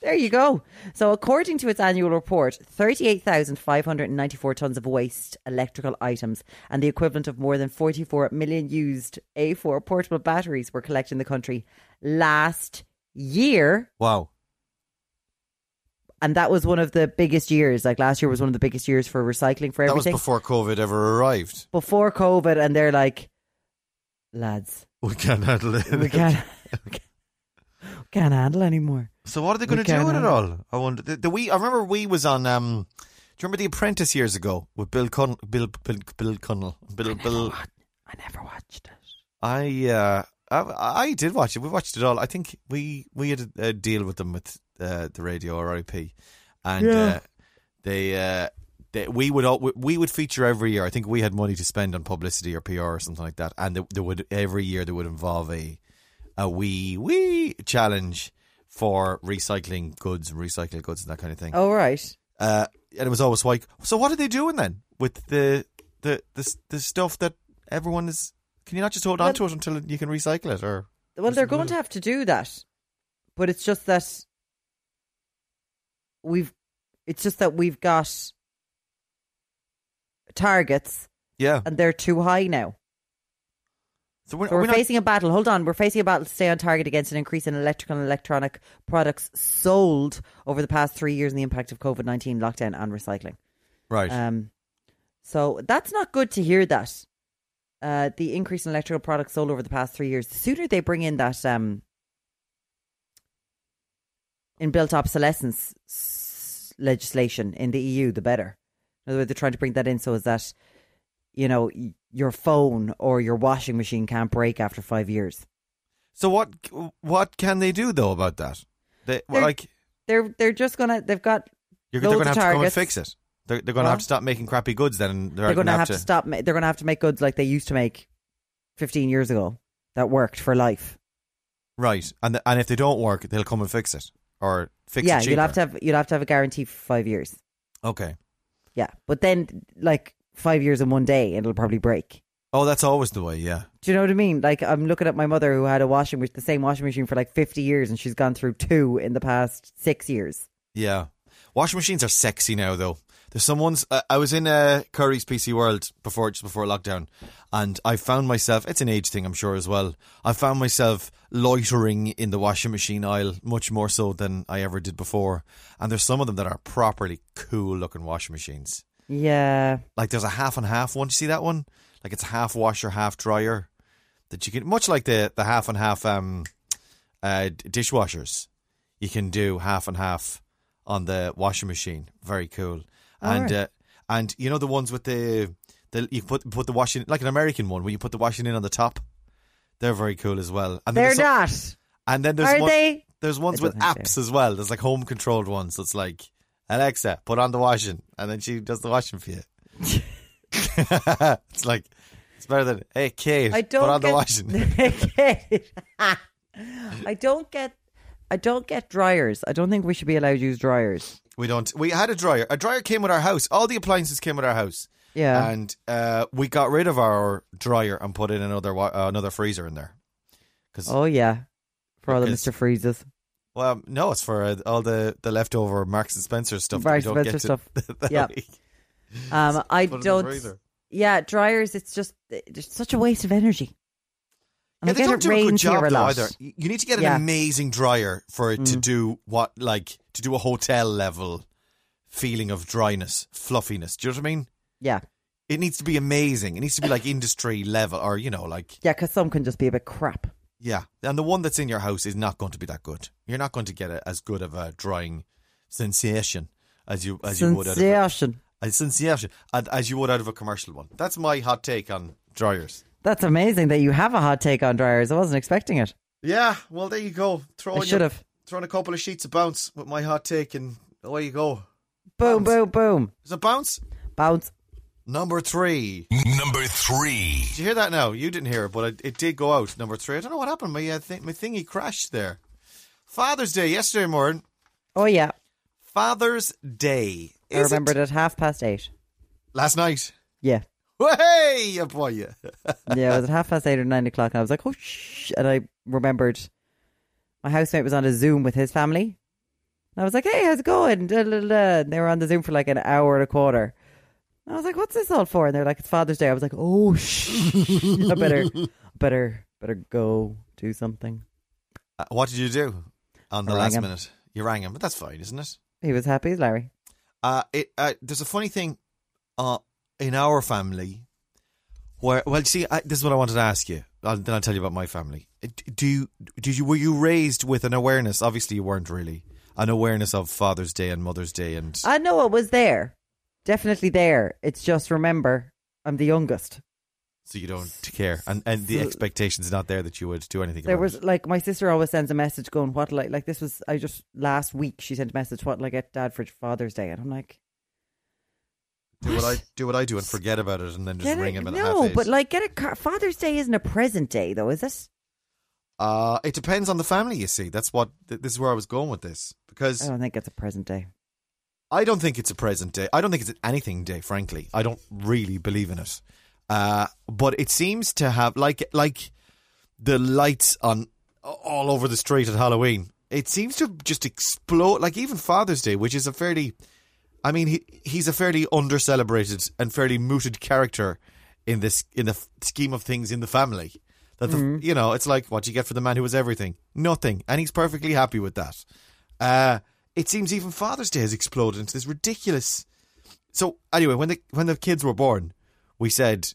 Speaker 3: There you go. So, according to its annual report, 38,594 tons of waste electrical items and the equivalent of more than 44 million used A4 portable batteries were collected in the country last year.
Speaker 2: Wow.
Speaker 3: And that was one of the biggest years. Like last year was one of the biggest years for recycling for
Speaker 2: That was
Speaker 3: everything.
Speaker 2: before COVID ever arrived.
Speaker 3: before-, COVID. And they're like,
Speaker 2: *laughs*
Speaker 3: lads,
Speaker 2: We can't handle it.
Speaker 3: we can't, *laughs* we can't, we can't handle anymore.
Speaker 2: So what are they going
Speaker 3: We
Speaker 2: to do with
Speaker 3: can,
Speaker 2: it
Speaker 3: uh,
Speaker 2: all? I wonder. The, the we I remember we was on um, Do you remember The Apprentice years ago with Bill Cun- Bill, Bill Bill Cunnell? Bill Bill.
Speaker 3: I never watched it.
Speaker 2: I uh, I, I did watch it. We watched it all. I think we we had a, a deal with them with uh, the radio RIP, and uh, they. Uh, they, we would all, we- we would feature every year. I think we had money to spend on publicity or PR or something like that, and there, there would every year there would involve a a wee wee challenge for recycling goods, and recycled goods, and that kind of thing.
Speaker 3: Oh right.
Speaker 2: Uh, and it was always like, so what are they doing then with the the the, s- the stuff that everyone is? Can you not just hold on
Speaker 3: Well-
Speaker 2: to it until you can recycle it? Or
Speaker 3: Well, they're going to have to do that, but it's just that we've, it's just that we've got targets
Speaker 2: yeah,
Speaker 3: and they're too high now.
Speaker 2: so we're,
Speaker 3: So we're
Speaker 2: we're not-
Speaker 3: facing a battle. Hold on, we're facing a battle to stay on target against an increase in electrical and electronic products sold over the past three years and the impact of COVID nineteen lockdown on recycling.
Speaker 2: right.
Speaker 3: Um, so that's not good to hear that. Uh, the increase in electrical products sold over the past three years. The sooner they bring in that um, in built obsolescence s- legislation in the EU, the better. In other words, they're trying to bring that in so as that you know y- your phone or your washing machine can't break after five years.
Speaker 2: so what what can they do though about that? They
Speaker 3: They're-
Speaker 2: like
Speaker 3: They're they're just gonna they've got
Speaker 2: you're, they're
Speaker 3: loads
Speaker 2: going to have to
Speaker 3: of
Speaker 2: come and
Speaker 3: targets.
Speaker 2: fix it. They're, they're going to have
Speaker 3: Huh?
Speaker 2: to stop making crappy goods then. And
Speaker 3: they're going to have to stop. ma- They're going to have to make goods like they used to make fifteen years ago that worked for life.
Speaker 2: right. And the, and if they don't work, they'll come and fix it or fix
Speaker 3: yeah,
Speaker 2: it cheaper.
Speaker 3: you'll have to have you'll have to have a guarantee for five years.
Speaker 2: okay.
Speaker 3: Yeah, but then like five years in one day, it'll probably break.
Speaker 2: Oh, that's always the way. Yeah.
Speaker 3: Do you know what I mean? Like I'm looking at my mother who had a washing with the same washing machine for like 50 years, and she's gone through two in the past six years.
Speaker 2: Yeah. Washing machines are sexy now, though. There's some ones. Uh, I was in uh, Curry's PC World before, just before lockdown, and I found myself. It's an age thing, I'm sure, as well. I found myself loitering in the washing machine aisle much more so than I ever did before. And there's some of them that are properly cool looking washing machines.
Speaker 3: Yeah,
Speaker 2: Like there's a half and half one. Do you see that one? Like it's half washer, half dryer. That you can much like the the half and half um uh d- dishwashers. You can do half and half on the washing machine. Very cool. and uh, and you know the ones with the the you put put the washing like an American one where you put the washing in on the top. They're very cool as well. And then
Speaker 3: they're
Speaker 2: there's some-
Speaker 3: not.
Speaker 2: And then there's
Speaker 3: Are
Speaker 2: one,
Speaker 3: they?
Speaker 2: there's ones
Speaker 3: I don't
Speaker 2: with
Speaker 3: think
Speaker 2: apps as well. There's like home controlled ones. So it's like Alexa, put on the washing, and then she does the washing for you. *laughs* it's like it's better than hey Kate,
Speaker 3: I don't
Speaker 2: put on
Speaker 3: get,
Speaker 2: the washing.
Speaker 3: *laughs* I don't get. I don't get dryers. I don't think we should be allowed to use dryers.
Speaker 2: *laughs* We don't. We had a dryer. A dryer came with our house. All the appliances came with our house,
Speaker 3: Yeah.
Speaker 2: and uh, we got rid of our dryer and put in another wa- uh, another freezer in there. Because
Speaker 3: oh yeah. For all the
Speaker 2: Because-
Speaker 3: Mister Freezes.
Speaker 2: well, no, it's for uh, all the the leftover Marks and Spencer stuff.
Speaker 3: Marks
Speaker 2: that
Speaker 3: and
Speaker 2: we don't
Speaker 3: Spencer
Speaker 2: get to- *laughs* that
Speaker 3: Yeah.
Speaker 2: we
Speaker 3: Um, I
Speaker 2: put in the
Speaker 3: don't.
Speaker 2: freezer.
Speaker 3: Yeah, dryers. It's just it's such a waste of energy. And
Speaker 2: Yeah,
Speaker 3: I
Speaker 2: they
Speaker 3: get
Speaker 2: don't
Speaker 3: it
Speaker 2: do a good
Speaker 3: rains
Speaker 2: job
Speaker 3: here a
Speaker 2: though,
Speaker 3: lot.
Speaker 2: either. You you need to get
Speaker 3: Yeah. Mm.
Speaker 2: an amazing dryer for it to do what, like, to do a hotel level feeling of dryness, fluffiness. Do you know what I mean?
Speaker 3: Yeah,
Speaker 2: It needs to be amazing. It needs to be like industry level, or you know, like
Speaker 3: yeah, because some can just be a bit crap.
Speaker 2: yeah. And the one that's in your house is not going to be that good. You're not going to get a, as good of a drying sensation as you as you would out of a,
Speaker 3: Sensation.
Speaker 2: a sensation and as you would out of a commercial one. That's my hot take on dryers.
Speaker 3: That's amazing that you have a hot take on dryers. I wasn't expecting it.
Speaker 2: Yeah, well, there you go. Throw
Speaker 3: I
Speaker 2: in your-
Speaker 3: should have.
Speaker 2: throwing a couple of sheets of bounce with my hot take, and away you go.
Speaker 3: Boom,
Speaker 2: Bounce.
Speaker 3: boom, boom.
Speaker 2: Is it bounce?
Speaker 3: Bounce.
Speaker 2: Number three.
Speaker 4: Number three.
Speaker 2: Did you hear that now? You didn't hear it, but it, it did go out. Number three. I don't know what happened. My, uh, th- my thingy crashed there. Father's Day yesterday morning.
Speaker 3: Oh yeah,
Speaker 2: Father's Day.
Speaker 3: I
Speaker 2: Is it-
Speaker 3: remembered at half past eight.
Speaker 2: Last night.
Speaker 3: Yeah,
Speaker 2: Hey, yeah, boy. *laughs* yeah.
Speaker 3: yeah, it was at half past eight or nine o'clock, and I was like, oh shh, and I remembered my housemate was on a Zoom with his family. And I was like, hey, how's it going? Da, da, da, da. And they were on the Zoom for like an hour and a quarter. And I was like, what's this all for? And they're like, it's Father's Day. I was like, oh shh, I better, better, better go do something.
Speaker 2: Uh, what did you do on the
Speaker 3: I rang
Speaker 2: last
Speaker 3: him.
Speaker 2: minute? You rang him, but that's fine, isn't it?
Speaker 3: He was happy as Larry.
Speaker 2: Uh, it uh, there's a funny thing uh, in our family where well, you see, I, this is what I wanted to ask you. I'll, then I'll tell you about my family. Uh, d- Do you, did you were you raised with an awareness? Obviously, you weren't really an awareness of Father's Day and Mother's Day, and
Speaker 3: I know it was there, definitely there. It's just remember, I'm the youngest.
Speaker 2: So you don't care, and and the
Speaker 3: So-
Speaker 2: expectation's not there that you would do anything.
Speaker 3: There
Speaker 2: about
Speaker 3: was
Speaker 2: it.
Speaker 3: like my sister always sends a message going, "What like like this was I just last week she sent a message, what like get dad for Father's Day?" And I'm like,
Speaker 2: do what
Speaker 3: *laughs*
Speaker 2: I do what I do and forget about it, and then just
Speaker 3: "Get
Speaker 2: ring
Speaker 3: it?
Speaker 2: him at half
Speaker 3: No,
Speaker 2: eight.
Speaker 3: but like get a car- Father's Day isn't a present day though, is it?
Speaker 2: uh, it depends on the family. You see, that's what th- this is where I was going with this because
Speaker 3: I don't think it's a present day.
Speaker 2: I don't think it's a present day. I don't think it's an anything day, frankly. I don't really believe in it. Uh, but it seems to have like like the lights on all over the street at Halloween. It seems to just explode. Like even Father's Day, which is a fairly, I mean, he he's a fairly under celebrated and fairly mooted character in this in the f- scheme of things in the family. That the, you know, it's like what do you get for the man who was everything, nothing, and he's perfectly happy with that. Uh, it seems even Father's Day has exploded into this ridiculous. So anyway, when the when the kids were born, we said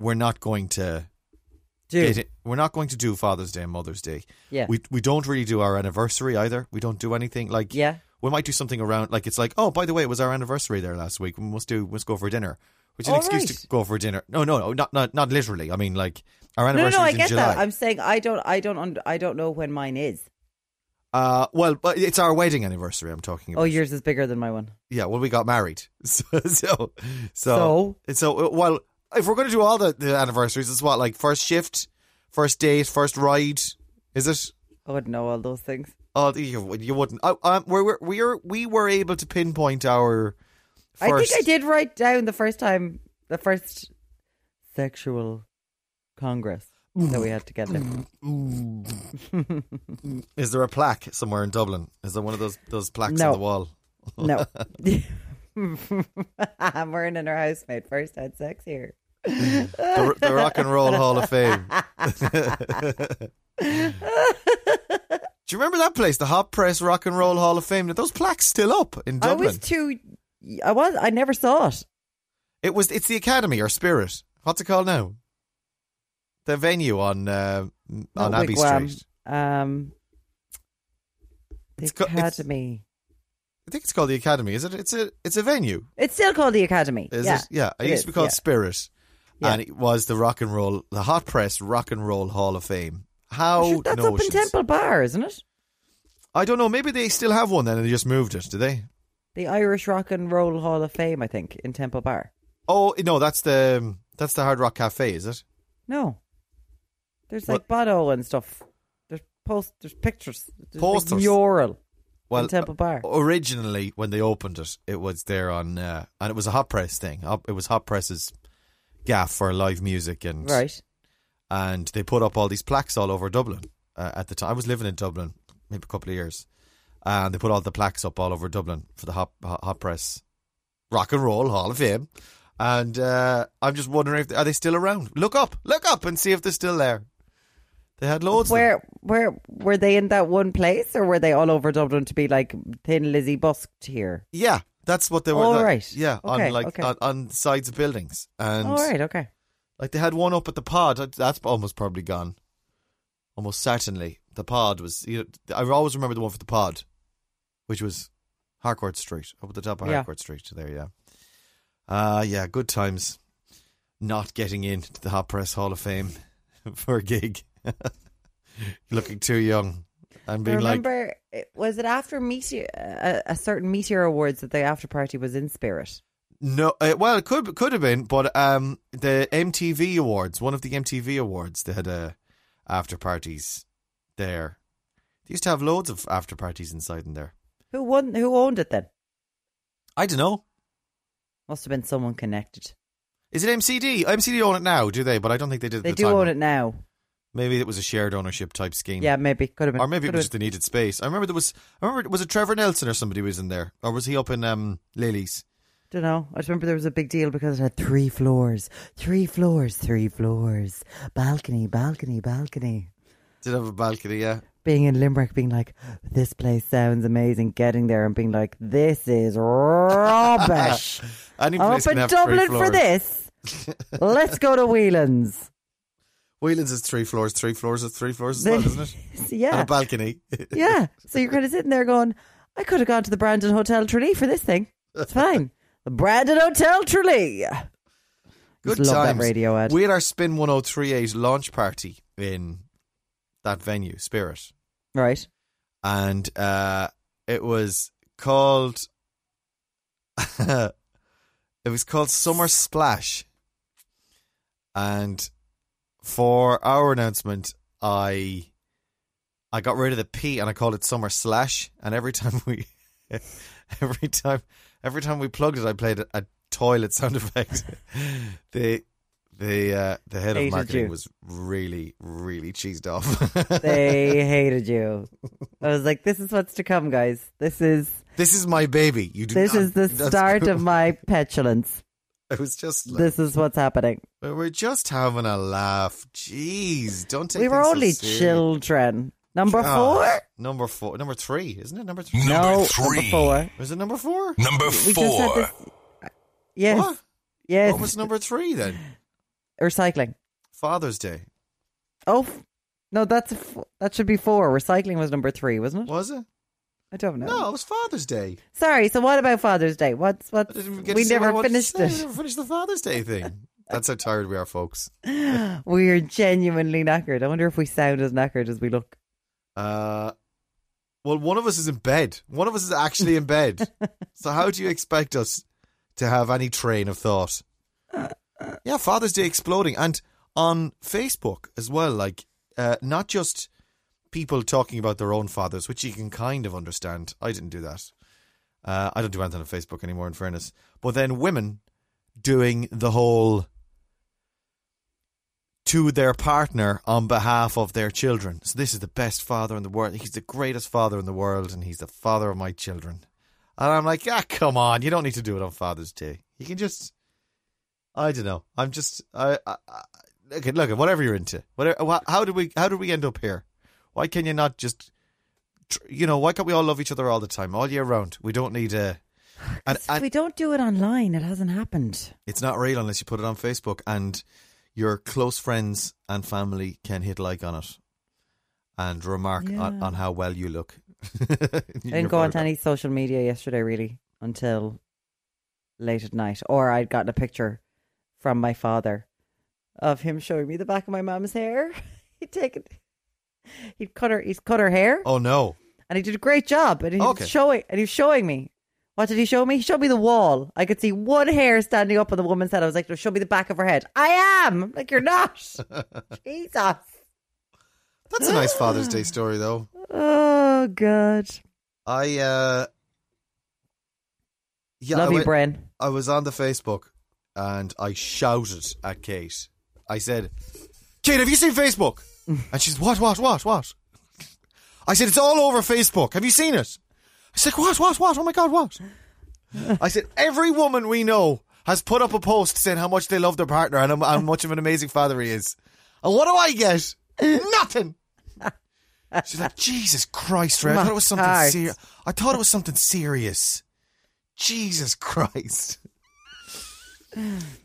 Speaker 2: we're not going to
Speaker 3: Dude,
Speaker 2: get it- we're not going to do Father's Day and Mother's Day.
Speaker 3: Yeah.
Speaker 2: we we don't really do our anniversary either. We don't do anything like
Speaker 3: Yeah.
Speaker 2: We might do something around like it's like oh by the way it was our anniversary there last week. We must do must go for dinner, which is an
Speaker 3: All
Speaker 2: excuse to
Speaker 3: right.
Speaker 2: go for dinner. No, no, no, not not not literally. I mean like our
Speaker 3: no, no,
Speaker 2: anniversary
Speaker 3: no. I
Speaker 2: in
Speaker 3: get
Speaker 2: July.
Speaker 3: that. I'm saying I don't, I don't, und- I don't know when mine is.
Speaker 2: uh, well, but it's our wedding anniversary. I'm talking about.
Speaker 3: Oh, yours is bigger than my one.
Speaker 2: yeah, well, we got married. *laughs* So, so, so,
Speaker 3: So?
Speaker 2: so, uh, well, if we're going to do all the, the anniversaries, it's what, like first shift, first date, first ride, is it?
Speaker 3: I would know all those things.
Speaker 2: Oh, you, you wouldn't. I, I, we're, we're, we are, we were able to pinpoint our first.
Speaker 3: I think I did write down the first time, the first sexual congress that we had together.
Speaker 2: Is there a plaque somewhere in Dublin? Is there one of those those plaques
Speaker 3: No.
Speaker 2: on the wall?
Speaker 3: no,
Speaker 2: *laughs*
Speaker 3: *laughs* I'm wearing in our housemaid first had sex here.
Speaker 2: The, the Rock and Roll Hall of Fame. *laughs* Do you remember that place, the Hot Press Rock and Roll Hall of Fame? Are those plaques still up in
Speaker 3: I
Speaker 2: Dublin?
Speaker 3: was too. I was. I never saw it.
Speaker 2: It was. It's the Academy or Spirit. What's it called now? The venue on uh, on
Speaker 3: Not
Speaker 2: Abbey
Speaker 3: Wigwam.
Speaker 2: Street.
Speaker 3: Um, the
Speaker 2: It's co- it's-
Speaker 3: Academy.
Speaker 2: I think it's called the Academy. Is it? It's a. It's a venue.
Speaker 3: It's still called the Academy.
Speaker 2: Is
Speaker 3: yeah.
Speaker 2: it? Yeah. It,
Speaker 3: it
Speaker 2: used to be
Speaker 3: is,
Speaker 2: called
Speaker 3: yeah.
Speaker 2: Spirit,
Speaker 3: Yeah.
Speaker 2: and it was the rock and roll, the hot press rock and roll Hall of Fame. How
Speaker 3: Sure, that's up in
Speaker 2: notions.
Speaker 3: Temple Bar, isn't it?
Speaker 2: I don't know. Maybe they still have one then, and they just moved it. Do they?
Speaker 3: The Irish Rock and Roll Hall of Fame, I think, in Temple Bar.
Speaker 2: Oh no, that's the that's the Hard Rock Cafe, is it?
Speaker 3: No, there's
Speaker 2: What?
Speaker 3: like Bono and stuff. There's post. There's pictures. There's a big
Speaker 2: Posters.
Speaker 3: mural.
Speaker 2: Well,
Speaker 3: Temple Bar.
Speaker 2: Originally, when they opened it, it was there on, uh, and it was a hot press thing. Hot- It was hot presses gaff for live music, and
Speaker 3: Right.
Speaker 2: and they put up all these plaques all over Dublin. Uh, at the time, I was living in Dublin, maybe a couple of years, and they put all the plaques up all over Dublin for the hot hot, hot press, rock and roll Hall of Fame. And uh, I'm just wondering if are they still around? Look up, look up, and see if they're still there. They had loads. of them.
Speaker 3: Where where were they in that one place, or were they all over Dublin to be like Thin Lizzy busked here?
Speaker 2: Yeah, that's what they were.
Speaker 3: All
Speaker 2: like,
Speaker 3: right.
Speaker 2: Yeah, on
Speaker 3: Okay,
Speaker 2: like
Speaker 3: okay.
Speaker 2: on, on sides of buildings, and
Speaker 3: All right. Okay.
Speaker 2: like they had one up at the pod. that- That's almost probably gone. Almost certainly, the pod was. You know, I always remember the one for the pod, which was Harcourt Street up at the top of
Speaker 3: Yeah.
Speaker 2: Harcourt Street. There, yeah. Uh yeah, good times. Not getting into the Hot Press Hall of Fame *laughs* for a gig. *laughs* Looking too young and
Speaker 3: I
Speaker 2: being like,
Speaker 3: remember, it- was it after meteor a, a certain meteor awards that the after party was in Spirit?
Speaker 2: No, uh, well, it could could have been, but um, the MTV Awards, one of the MTV Awards, they had uh, after parties there. They used to have loads of after parties inside in there.
Speaker 3: Who won? Who owned it then?
Speaker 2: I don't know.
Speaker 3: Must have been someone connected.
Speaker 2: Is it MCD? MCD own it now, do they? But I don't think they did. At
Speaker 3: They
Speaker 2: the
Speaker 3: do
Speaker 2: time.
Speaker 3: own it now.
Speaker 2: Maybe it was a shared ownership type scheme.
Speaker 3: Yeah, maybe could have been.
Speaker 2: or maybe it
Speaker 3: could
Speaker 2: was
Speaker 3: have
Speaker 2: just they needed space. I remember there was. I remember was it Trevor Nelson or somebody was in there, or was he up in um Lilies?
Speaker 3: Don't know. I just remember there was a big deal because it had three floors, three floors, three floors, balcony, balcony, balcony.
Speaker 2: Did have a balcony? Yeah.
Speaker 3: Being in Limerick, being like, this place sounds amazing. Getting there and being like, this is Oh, rubbish.
Speaker 2: *laughs* Any
Speaker 3: I'm
Speaker 2: place
Speaker 3: up
Speaker 2: can
Speaker 3: in
Speaker 2: have three
Speaker 3: Oh, Dublin for
Speaker 2: floors.
Speaker 3: this.
Speaker 2: *laughs*
Speaker 3: Let's go to Whelan's.
Speaker 2: Whelan's is three floors. Three floors is three floors as
Speaker 3: They-
Speaker 2: well, isn't *laughs* it?
Speaker 3: *laughs* So,
Speaker 2: And
Speaker 3: yeah,
Speaker 2: a balcony. *laughs*
Speaker 3: yeah. So you're kind of sitting there going, I could have gone to the Brandon Hotel Tralee for this thing. It's fine. The Brandon Hotel Tralee.
Speaker 2: Good
Speaker 3: love that
Speaker 2: times.
Speaker 3: radio ad.
Speaker 2: We had our Spin 1038 launch party in that venue, Spirit.
Speaker 3: Right.
Speaker 2: And uh, it was called. *laughs* it was called Summer Splash. And for our announcement, I. I got rid of the P and I called it Summer Slash. And every time we, *laughs* every time, every time we plugged it, I played a, a toilet sound effect. *laughs* the the uh, the head
Speaker 3: Hated
Speaker 2: of marketing
Speaker 3: you.
Speaker 2: was really really cheesed off. *laughs*
Speaker 3: They hated you. I was like, this is what's to come, guys. This is
Speaker 2: this is my baby. You do
Speaker 3: this
Speaker 2: not-
Speaker 3: is the
Speaker 2: *laughs* that's-
Speaker 3: start of my petulance.
Speaker 2: It was just like,
Speaker 3: This is what's happening.
Speaker 2: we we're just having a laugh. Jeez, don't take.
Speaker 3: We were
Speaker 2: things so
Speaker 3: only
Speaker 2: serious. Ah.
Speaker 3: children. Number
Speaker 2: God.
Speaker 3: four?
Speaker 2: Number four. Number three, isn't it? Number three.
Speaker 3: No, number
Speaker 4: three.
Speaker 3: four.
Speaker 2: Was it number four?
Speaker 4: Number
Speaker 3: We just had
Speaker 4: four.
Speaker 3: this. Yes,
Speaker 2: What?
Speaker 3: yes.
Speaker 2: What was number three then?
Speaker 3: Recycling.
Speaker 2: Father's Day
Speaker 3: Oh, f- no, that's a f- that should be four. Recycling was number three, wasn't it?
Speaker 2: was it?
Speaker 3: I don't know.
Speaker 2: No, it was Father's Day.
Speaker 3: Sorry. So what about Father's Day? What's
Speaker 2: I
Speaker 3: what?
Speaker 2: didn't even get
Speaker 3: We
Speaker 2: to say what I
Speaker 3: never
Speaker 2: wanted to
Speaker 3: finished
Speaker 2: say. We
Speaker 3: it.
Speaker 2: never finished the Father's Day thing. That's how tired we are, folks.
Speaker 3: We are genuinely knackered. I wonder if we sound as knackered as we look.
Speaker 2: Uh, well, one of us is in bed. One of us is actually in bed. so how do you expect us to have any train of thought? Yeah, Father's Day exploding, and on Facebook as well. Like, uh, not just people talking about their own fathers, which you can kind of understand. I didn't do that. Uh, I don't do anything on Facebook anymore. In fairness, but then women doing the whole to their partner on behalf of their children. So this is the best father in the world. He's the greatest father in the world, and he's the father of my children. And I'm like, ah, come on, you don't need to do it on Father's Day. You can just, I don't know. I'm just, I, I, I look at look at whatever you're into. Whatever. wha- How did we how did we end up here? Why can you not just, tr- you know, why can't we all love each other all the time, all year round? We don't need a. And, and
Speaker 3: we don't do it online. It hasn't happened.
Speaker 2: it's not real unless you put it on Facebook and your close friends and family can hit like on it and remark on,
Speaker 3: Yeah.
Speaker 2: on how well you look. *laughs*
Speaker 3: I didn't go onto any social media yesterday, really, until late at night. Or I'd gotten a picture from my father of him showing me the back of my mom's hair. *laughs* He'd taken, he'd cut her, he's cut her hair,
Speaker 2: Oh no.
Speaker 3: and he did a great job. And he
Speaker 2: Okay.
Speaker 3: was showing, and he was showing me. What did he show me? He showed me the wall. I could see one hair standing up on the woman's head. I was like, "No, "Show me the back of her head." I am I'm like,
Speaker 2: *laughs*
Speaker 3: "You're not." Jesus.
Speaker 2: That's a nice
Speaker 3: Ah.
Speaker 2: Father's Day story though.
Speaker 3: Oh God.
Speaker 2: I uh Yeah, I
Speaker 3: Love you,
Speaker 2: went-
Speaker 3: Bren.
Speaker 2: I was on the Facebook and I shouted at Kate. I said, Kate, have you seen Facebook?
Speaker 3: Mm.
Speaker 2: And she's, what, what, what, what? I said, it's all over Facebook. Have you seen it? I said, what, what, what? Oh my God,
Speaker 3: *laughs*
Speaker 2: what? I said, every woman we know has put up a post saying how much they love their partner and how- how much of an amazing father he is. And what do I get?
Speaker 3: *laughs*
Speaker 2: Nothing. She's like, Jesus Christ, Ray. I
Speaker 3: My
Speaker 2: thought it was something
Speaker 3: heart.
Speaker 2: serious. I thought it was something serious. Jesus Christ.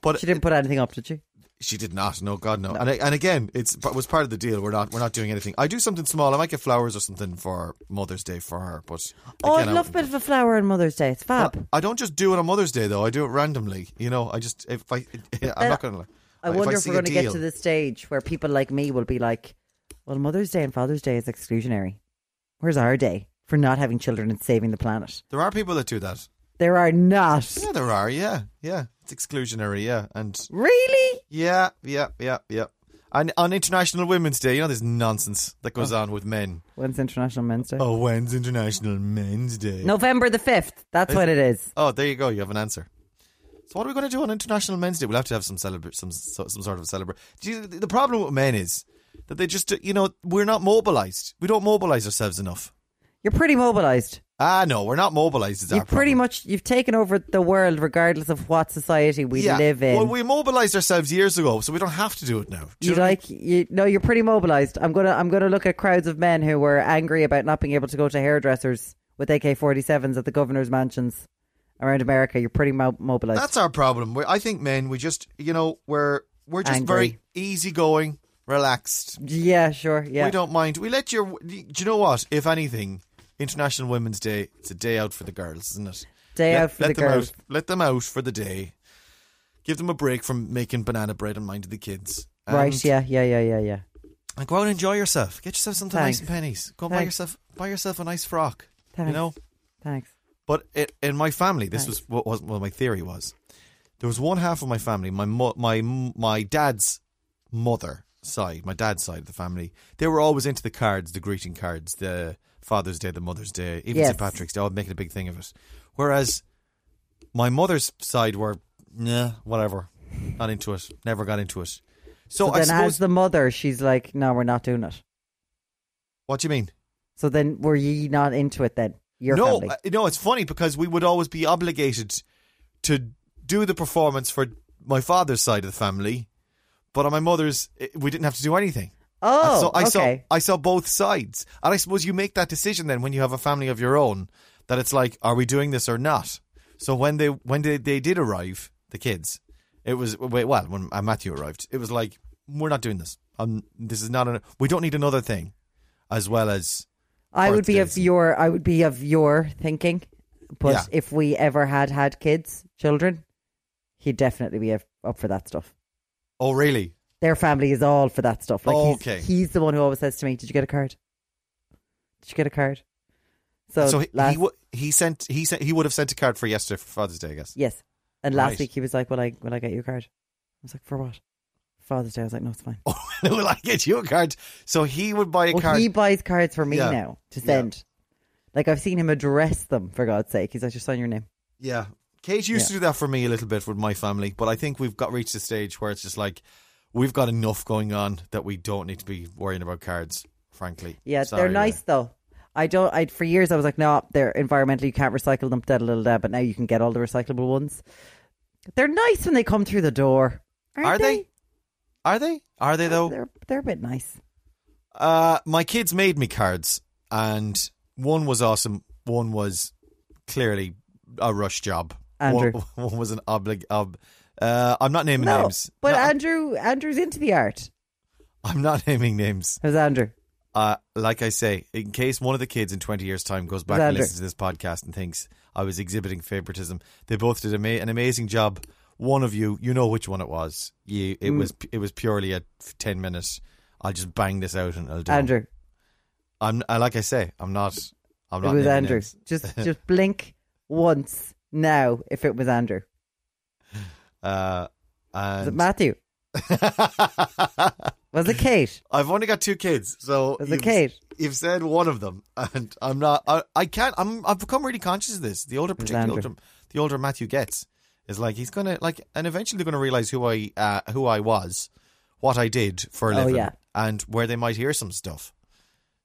Speaker 2: But
Speaker 3: She didn't put anything up, did she?
Speaker 2: she did not. No, God, no. And, I, and again, it's it was part of the deal. We're not we're not doing anything. I do something small. I might get flowers or something for Mother's Day for her. But
Speaker 3: Oh, I'd
Speaker 2: again, I-
Speaker 3: love a bit of a flower on Mother's Day. It's fab.
Speaker 2: I don't just do it on Mother's Day though. I do it randomly. You know, I just if I *laughs* I'm not gonna. lie.
Speaker 3: I wonder if
Speaker 2: see
Speaker 3: we're
Speaker 2: a
Speaker 3: going to get
Speaker 2: deal-
Speaker 3: to the stage where people like me will be like, well, Mother's Day and Father's Day is exclusionary. Where's our day for not having children and saving the planet?
Speaker 2: There are people that do that.
Speaker 3: There are not.
Speaker 2: Yeah, there are. Yeah, yeah. It's exclusionary. Yeah, and
Speaker 3: Really?
Speaker 2: yeah, yeah, yeah, yeah. And on International Women's Day, you know, this nonsense that
Speaker 3: Oh.
Speaker 2: goes on with men.
Speaker 3: When's International Men's Day?
Speaker 2: Oh, when's International Men's Day?
Speaker 3: November the 5th. That's what it is.
Speaker 2: Oh, there you go. You have an answer. So what are we going to do on International Men's Day? We'll have to have some celebra- some so- some sort of celebration. The problem with men is that they just you know we're not mobilized. We don't mobilize ourselves enough.
Speaker 3: You're pretty mobilized.
Speaker 2: Ah, no, we're not mobilized. Is our
Speaker 3: You've pretty
Speaker 2: problem.
Speaker 3: much you've taken over the world regardless of what society we
Speaker 2: Yeah.
Speaker 3: live in.
Speaker 2: Well, we mobilized ourselves years ago, so we don't have to do it now. Do
Speaker 3: you
Speaker 2: know what I mean?
Speaker 3: like you no you're pretty mobilized i'm gonna i'm gonna look at crowds of men who were angry about not being able to go to hairdressers with ak-47s at the governor's mansions around america you're pretty mo- mobilized
Speaker 2: That's our problem. we I think men, we just you know we're we're just very
Speaker 3: Angry.
Speaker 2: easygoing, relaxed.
Speaker 3: yeah sure yeah
Speaker 2: We don't mind. We let your. Do you know what? If anything, International Women's Day, it's a day out for the girls, isn't it?
Speaker 3: Day
Speaker 2: let,
Speaker 3: out for
Speaker 2: let
Speaker 3: the
Speaker 2: them
Speaker 3: girls.
Speaker 2: out. Let them out for the day. Give them a break from making banana bread and mind the kids. And,
Speaker 3: Right, yeah, yeah, yeah, yeah, yeah.
Speaker 2: And go out and enjoy yourself. Get yourself something
Speaker 3: Thanks.
Speaker 2: nice and pennies. Go and buy
Speaker 3: Thanks.
Speaker 2: yourself buy yourself a nice frock. You
Speaker 3: Thanks.
Speaker 2: know.
Speaker 3: Thanks.
Speaker 2: But it, in my family, this
Speaker 3: Thanks.
Speaker 2: was what was what my theory was. There was one half of my family, my mo- my my dad's mother side, my dad's side of the family. They were always into the cards, the greeting cards, the Father's Day, the Mother's Day, even
Speaker 3: Yes.
Speaker 2: St Patrick's Day. I was making a big thing of it. Whereas my mother's side were nah, whatever, not into it. Never got into it. So,
Speaker 3: So
Speaker 2: I
Speaker 3: then,
Speaker 2: suppose.
Speaker 3: as the mother, she's like, "No, we're not doing it."
Speaker 2: what do you mean?
Speaker 3: So then, were ye not into it then? Your
Speaker 2: no,
Speaker 3: family.
Speaker 2: uh, no, it's funny because we would always be obligated to do the performance for my father's side of the family, but on my mother's, it, we didn't have to do anything.
Speaker 3: oh,
Speaker 2: so I
Speaker 3: okay.
Speaker 2: saw I saw both sides, and I suppose you make that decision then when you have a family of your own that it's like, are we doing this or not? So when they when they, they did arrive, the kids, it was wait, well when uh, Matthew arrived, it was like we're not doing this. Um, this is not an, we don't need another thing, as well as
Speaker 3: I would be of
Speaker 2: birthdays.
Speaker 3: your I would be of your thinking, but
Speaker 2: Yeah.
Speaker 3: if we ever had had kids, children, he'd definitely be up up for that stuff.
Speaker 2: oh really
Speaker 3: Their family is all for that stuff. Like he's,
Speaker 2: Okay.
Speaker 3: he's the one who always says to me, "Did you get a card? Did you get a card?" So,
Speaker 2: So he
Speaker 3: last,
Speaker 2: he, w- he sent he sent he would have sent a card for yesterday for Father's Day, I guess. *laughs*
Speaker 3: yes, and last
Speaker 2: Right.
Speaker 3: week he was like, "Will I will I get you a card?" I was like, "For what?" Father's Day. I was like, "No, it's fine."
Speaker 2: Will I get you a card? So he would buy a
Speaker 3: Well,
Speaker 2: Oh, card.
Speaker 3: he buys cards for me
Speaker 2: Yeah.
Speaker 3: now to
Speaker 2: Yeah.
Speaker 3: send. Like I've seen him address them for God's sake. He's like, "Just sign your name."
Speaker 2: Yeah, Kate used to do that for me a little bit with my family, but I think we've got reached a stage where it's just like we've got enough going on that we don't need to be worrying about cards. Frankly,
Speaker 3: Yeah,
Speaker 2: Sorry, uh,
Speaker 3: they're
Speaker 2: Ray.
Speaker 3: nice though. I don't. I for years I was like, no, they're environmentally you can't recycle them, da da da da. But now you can get all the recyclable ones. They're nice when they come through the door. Aren't
Speaker 2: Are they? Are they? Are they though?
Speaker 3: They're they're a bit nice.
Speaker 2: Uh, my kids made me cards, and one was awesome. One was clearly a rush job.
Speaker 3: Andrew.
Speaker 2: One, *laughs* one was an oblig. Ob, uh, I'm not naming
Speaker 3: No,
Speaker 2: names.
Speaker 3: but
Speaker 2: No, I'm-
Speaker 3: Andrew Andrew's into the art.
Speaker 2: I'm not *laughs* naming names.
Speaker 3: It was Andrew.
Speaker 2: Uh, like I say, in case one of the kids in 20 years' time goes back and
Speaker 3: Xander.
Speaker 2: listens to this podcast and thinks I was exhibiting favoritism, they both did ama- an amazing job. One of you, you know which one it was. You,
Speaker 3: Mm.
Speaker 2: it was it was purely a 10 minute. I'll just bang this out and I'll do. it.
Speaker 3: Andrew.
Speaker 2: I'm I, like I say, I'm not. I'm
Speaker 3: It
Speaker 2: not.
Speaker 3: was
Speaker 2: naming
Speaker 3: Andrew.
Speaker 2: names. *laughs*
Speaker 3: Just just blink once now if it was Andrew.
Speaker 2: Uh,
Speaker 3: Was it
Speaker 2: and *laughs*
Speaker 3: Matthew? Was it Kate?
Speaker 2: I've only got two kids, so
Speaker 3: Was it
Speaker 2: you've-
Speaker 3: Kate?
Speaker 2: You've said one of them, *laughs* and I'm not. I, I can't. I'm. I've become really conscious of this. The older, particularly
Speaker 3: Andrew.
Speaker 2: older, the older Matthew gets, is like he's gonna like, and eventually they're gonna realize who I, uh, who I was, what I did for a
Speaker 3: Oh,
Speaker 2: living,
Speaker 3: yeah.
Speaker 2: and where they might hear some stuff.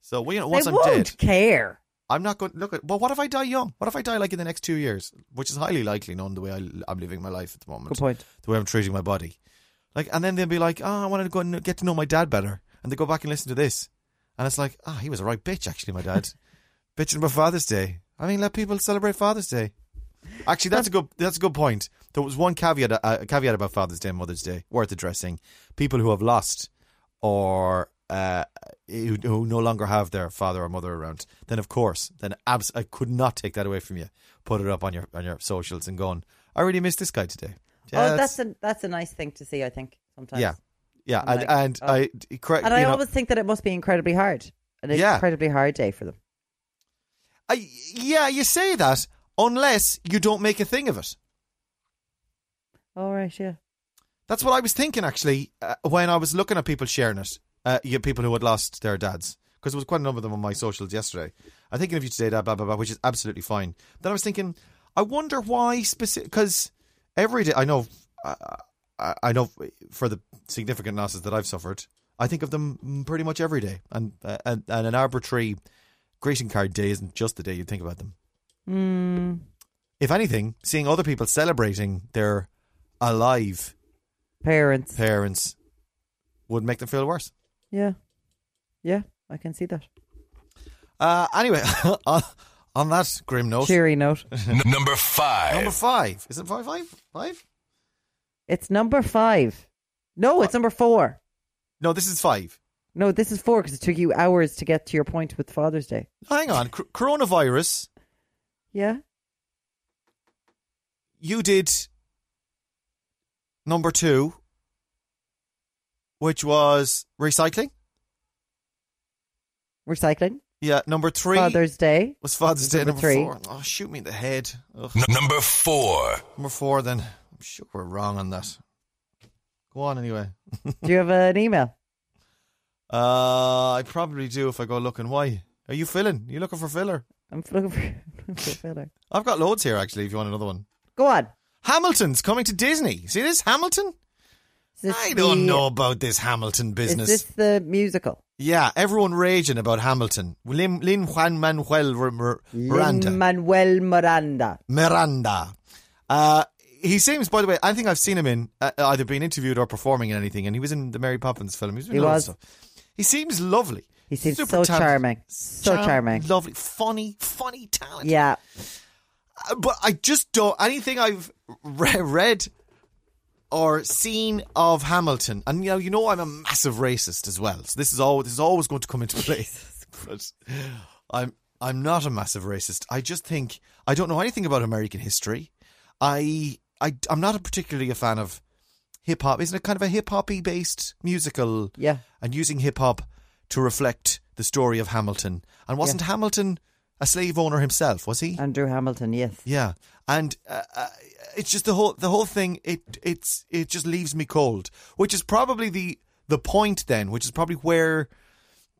Speaker 2: So well, you know,
Speaker 3: I
Speaker 2: once
Speaker 3: they
Speaker 2: I'm
Speaker 3: won't
Speaker 2: dead,
Speaker 3: care.
Speaker 2: I'm not going to look at. Well, what if I die young? What if I die like in the next two years, which is highly likely, knowing the way I, I'm living my life at the moment
Speaker 3: Good point. Oh,
Speaker 2: the way I'm treating my body. Like, and then they'll be like, "Oh, I want to go and get to know my dad better," and they go back and listen to this, and it's like, "Ah, he was a right bitch, actually, my dad, *laughs* bitching about Father's Day." I mean, let people celebrate Father's Day. Actually, that's a good that's a good point. There was one caveat uh, a caveat about Father's Day and Mother's Day worth addressing. People who have lost or uh, who, who no longer have their father or mother around, then of course, then abs- I could not take that away from you. Put it up on your on your socials and going, I really miss this guy today.
Speaker 3: oh, that's a that's a nice thing to see. I think sometimes.
Speaker 2: yeah, yeah,
Speaker 3: I'm
Speaker 2: and
Speaker 3: like,
Speaker 2: and
Speaker 3: oh.
Speaker 2: I correct.
Speaker 3: And I
Speaker 2: Uh, you know,
Speaker 3: always think that it must be incredibly hard. An
Speaker 2: Yeah.
Speaker 3: incredibly hard day for them.
Speaker 2: I, yeah, you say that unless you don't make a thing of it.
Speaker 3: All right, yeah.
Speaker 2: That's what I was thinking actually uh, when I was looking at people sharing it. Uh, you know, people who had lost their dads because there was quite a number of them on my socials yesterday. I'm thinking of you today, dad, blah blah blah, which is absolutely fine. Then I was thinking, I wonder why specific because every day I know, uh, I I know for the significant losses that I've suffered, I think of them pretty much every day, and uh, and, and an arbitrary greeting card day isn't just the day you think about them. Hmm.
Speaker 3: Mm,
Speaker 2: If anything, seeing other people celebrating their alive
Speaker 3: parents.
Speaker 2: parents would make them feel worse.
Speaker 3: yeah. Yeah, I can see that.
Speaker 2: Uh, anyway, *laughs* on, on that grim note,
Speaker 3: Cheery note.
Speaker 4: N- number five.
Speaker 2: number five. Is it five, five, five?
Speaker 3: It's number five. No, it's number four.
Speaker 2: No, this is five.
Speaker 3: No, this is four because it took you hours to get to your point with Father's Day.
Speaker 2: Hang on. Cr- coronavirus
Speaker 3: Yeah.
Speaker 2: you did number two, which was recycling.
Speaker 3: Recycling.
Speaker 2: Yeah, number three
Speaker 3: Father's Day.
Speaker 2: was Father's Day.
Speaker 3: number
Speaker 2: Number,
Speaker 3: three.
Speaker 2: four. Oh, shoot me in the head. Ugh.
Speaker 4: N- number four.
Speaker 2: Number four, then. I'm sure we're wrong on that. Go on anyway.
Speaker 3: Do you have an email?
Speaker 2: Uh, I probably do if I go looking. Why? Are you filling? you looking for filler?
Speaker 3: *laughs* I'm looking for, looking for a filler.
Speaker 2: I've got loads here actually. If you want another one,
Speaker 3: Go on.
Speaker 2: Hamilton's coming to Disney. See this Hamilton?
Speaker 3: Is this
Speaker 2: I
Speaker 3: the-
Speaker 2: don't know about this Hamilton business.
Speaker 3: Is this the musical?
Speaker 2: Yeah, everyone raging about Hamilton. Lin, Lin Juan Manuel R- Mir- Miranda.
Speaker 3: Manuel Miranda.
Speaker 2: Miranda. Uh, he seems, by the way, I think I've seen him in uh, either being interviewed or performing in anything, and he was in the Mary Poppins film. He was. in
Speaker 3: He
Speaker 2: loads
Speaker 3: was.
Speaker 2: of Stuff. He seems lovely.
Speaker 3: He seems
Speaker 2: Super
Speaker 3: so
Speaker 2: talented.
Speaker 3: charming. So
Speaker 2: Charm-
Speaker 3: charming.
Speaker 2: Lovely, funny, funny talent.
Speaker 3: Yeah.
Speaker 2: Uh, But I just don't. Anything I've re- read or seen of Hamilton, and you know, you know, I'm a massive racist as well. So this is all. This is always going to come into play. but I'm. I'm not a massive racist. I just think I don't know anything about American history. I. I. I'm not a particularly a fan of hip hop. Isn't it kind of a hip hoppy based musical?
Speaker 3: Yeah.
Speaker 2: and using hip hop to reflect the story of Hamilton. And wasn't Hamilton a slave owner himself? Was he?
Speaker 3: Andrew Hamilton. Yes.
Speaker 2: yeah. And uh, uh, it's just the whole the whole thing. It it's it just leaves me cold, which is probably the the point then, which is probably where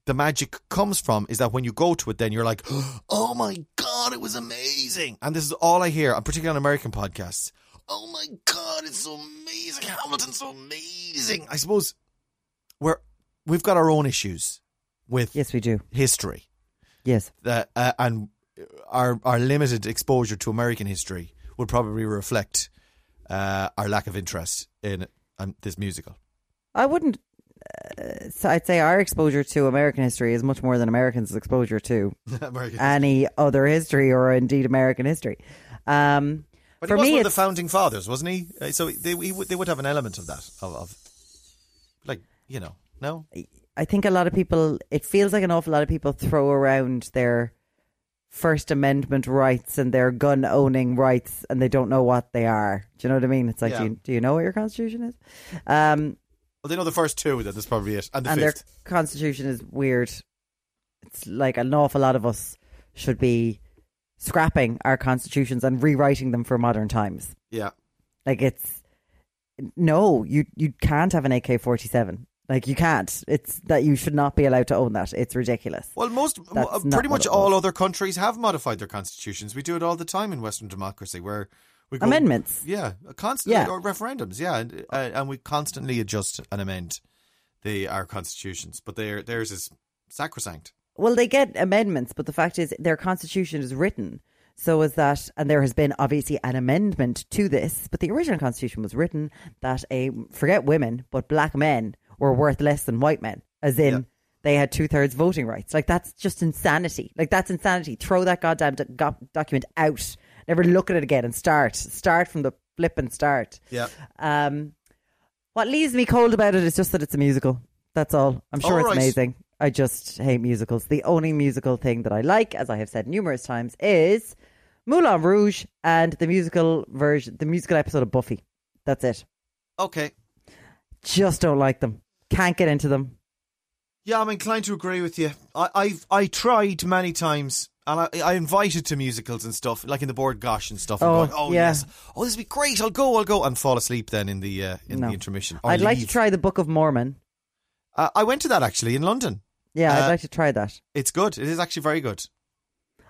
Speaker 2: the magic comes from is that when you go to it then you're like *gasps* oh my god it was amazing and this is all i hear and particularly on american podcasts oh my god it's so amazing hamilton's so amazing i suppose we're we've got our own issues with
Speaker 3: Yes, we do.
Speaker 2: history
Speaker 3: Yes.
Speaker 2: that uh, and our our limited exposure to American history would probably reflect uh, our lack of interest in um, this musical. *laughs*
Speaker 3: I wouldn't. Uh, so I'd say our exposure to American history is much more than Americans'
Speaker 2: *laughs*
Speaker 3: exposure to
Speaker 2: American.
Speaker 3: any other history or indeed American history. Um,
Speaker 2: but
Speaker 3: for
Speaker 2: he was
Speaker 3: me,
Speaker 2: one of
Speaker 3: it's,
Speaker 2: the founding fathers, wasn't he? Uh, so they he would they would have an element of that of, of like you know no
Speaker 3: I think a lot of people, it feels like an awful lot of people throw around their First Amendment rights and their gun owning rights and they don't know what they are. Do you know what I mean? It's like,
Speaker 2: Yeah.
Speaker 3: do, you, do you know what your constitution is? Um,
Speaker 2: well they know the first two then that's probably it and the
Speaker 3: and their
Speaker 2: fifth
Speaker 3: constitution is weird. It's like an awful lot of us should be scrapping our constitutions and rewriting them for modern times.
Speaker 2: yeah
Speaker 3: Like it's no, you you can't have an AK forty seven. Like you can't. It's that you should not be allowed to own that. It's ridiculous.
Speaker 2: well most
Speaker 3: That's
Speaker 2: uh,
Speaker 3: not
Speaker 2: pretty
Speaker 3: what
Speaker 2: much
Speaker 3: it
Speaker 2: all
Speaker 3: was.
Speaker 2: other countries have modified their constitutions we do it all the time in Western democracy where we go,
Speaker 3: Amendments.
Speaker 2: Yeah, constantly
Speaker 3: Yeah.
Speaker 2: or referendums. Yeah, and, uh, and we constantly adjust and amend the our constitutions, but their theirs is sacrosanct.
Speaker 3: Well, they get amendments, but the fact is their constitution is written. So is that, and there has been obviously an amendment to this, but the original constitution was written that a, forget women, but black men were worth less than white men, as in
Speaker 2: Yeah.
Speaker 3: they had two thirds voting rights. Like that's just insanity. Like that's insanity. Throw that goddamn doc- doc- document out. Never look at it again and start. Start from the flip and start.
Speaker 2: Yeah,
Speaker 3: Um, what leaves me cold about it is just that it's a musical. That's all. I'm sure
Speaker 2: All
Speaker 3: it's
Speaker 2: right.
Speaker 3: amazing. I just hate musicals. The only musical thing that I like, as I have said numerous times, is Moulin Rouge and the musical version, the musical episode of Buffy. That's it.
Speaker 2: okay.
Speaker 3: Just don't like them. Can't get into them.
Speaker 2: Yeah, I'm inclined to agree with you. I, I've I tried many times, and I, I invited to musicals and stuff, like in the board gosh and stuff. I'm
Speaker 3: Oh,
Speaker 2: going, oh
Speaker 3: yeah.
Speaker 2: yes, oh this will be great. I'll go, I'll go, and fall asleep then in the uh, in
Speaker 3: No.
Speaker 2: the intermission. Or
Speaker 3: I'd like to
Speaker 2: leave.
Speaker 3: try the Book of Mormon.
Speaker 2: Uh, I went to that actually in London.
Speaker 3: Yeah,
Speaker 2: Uh,
Speaker 3: I'd like to try that.
Speaker 2: It's good. It is actually very good.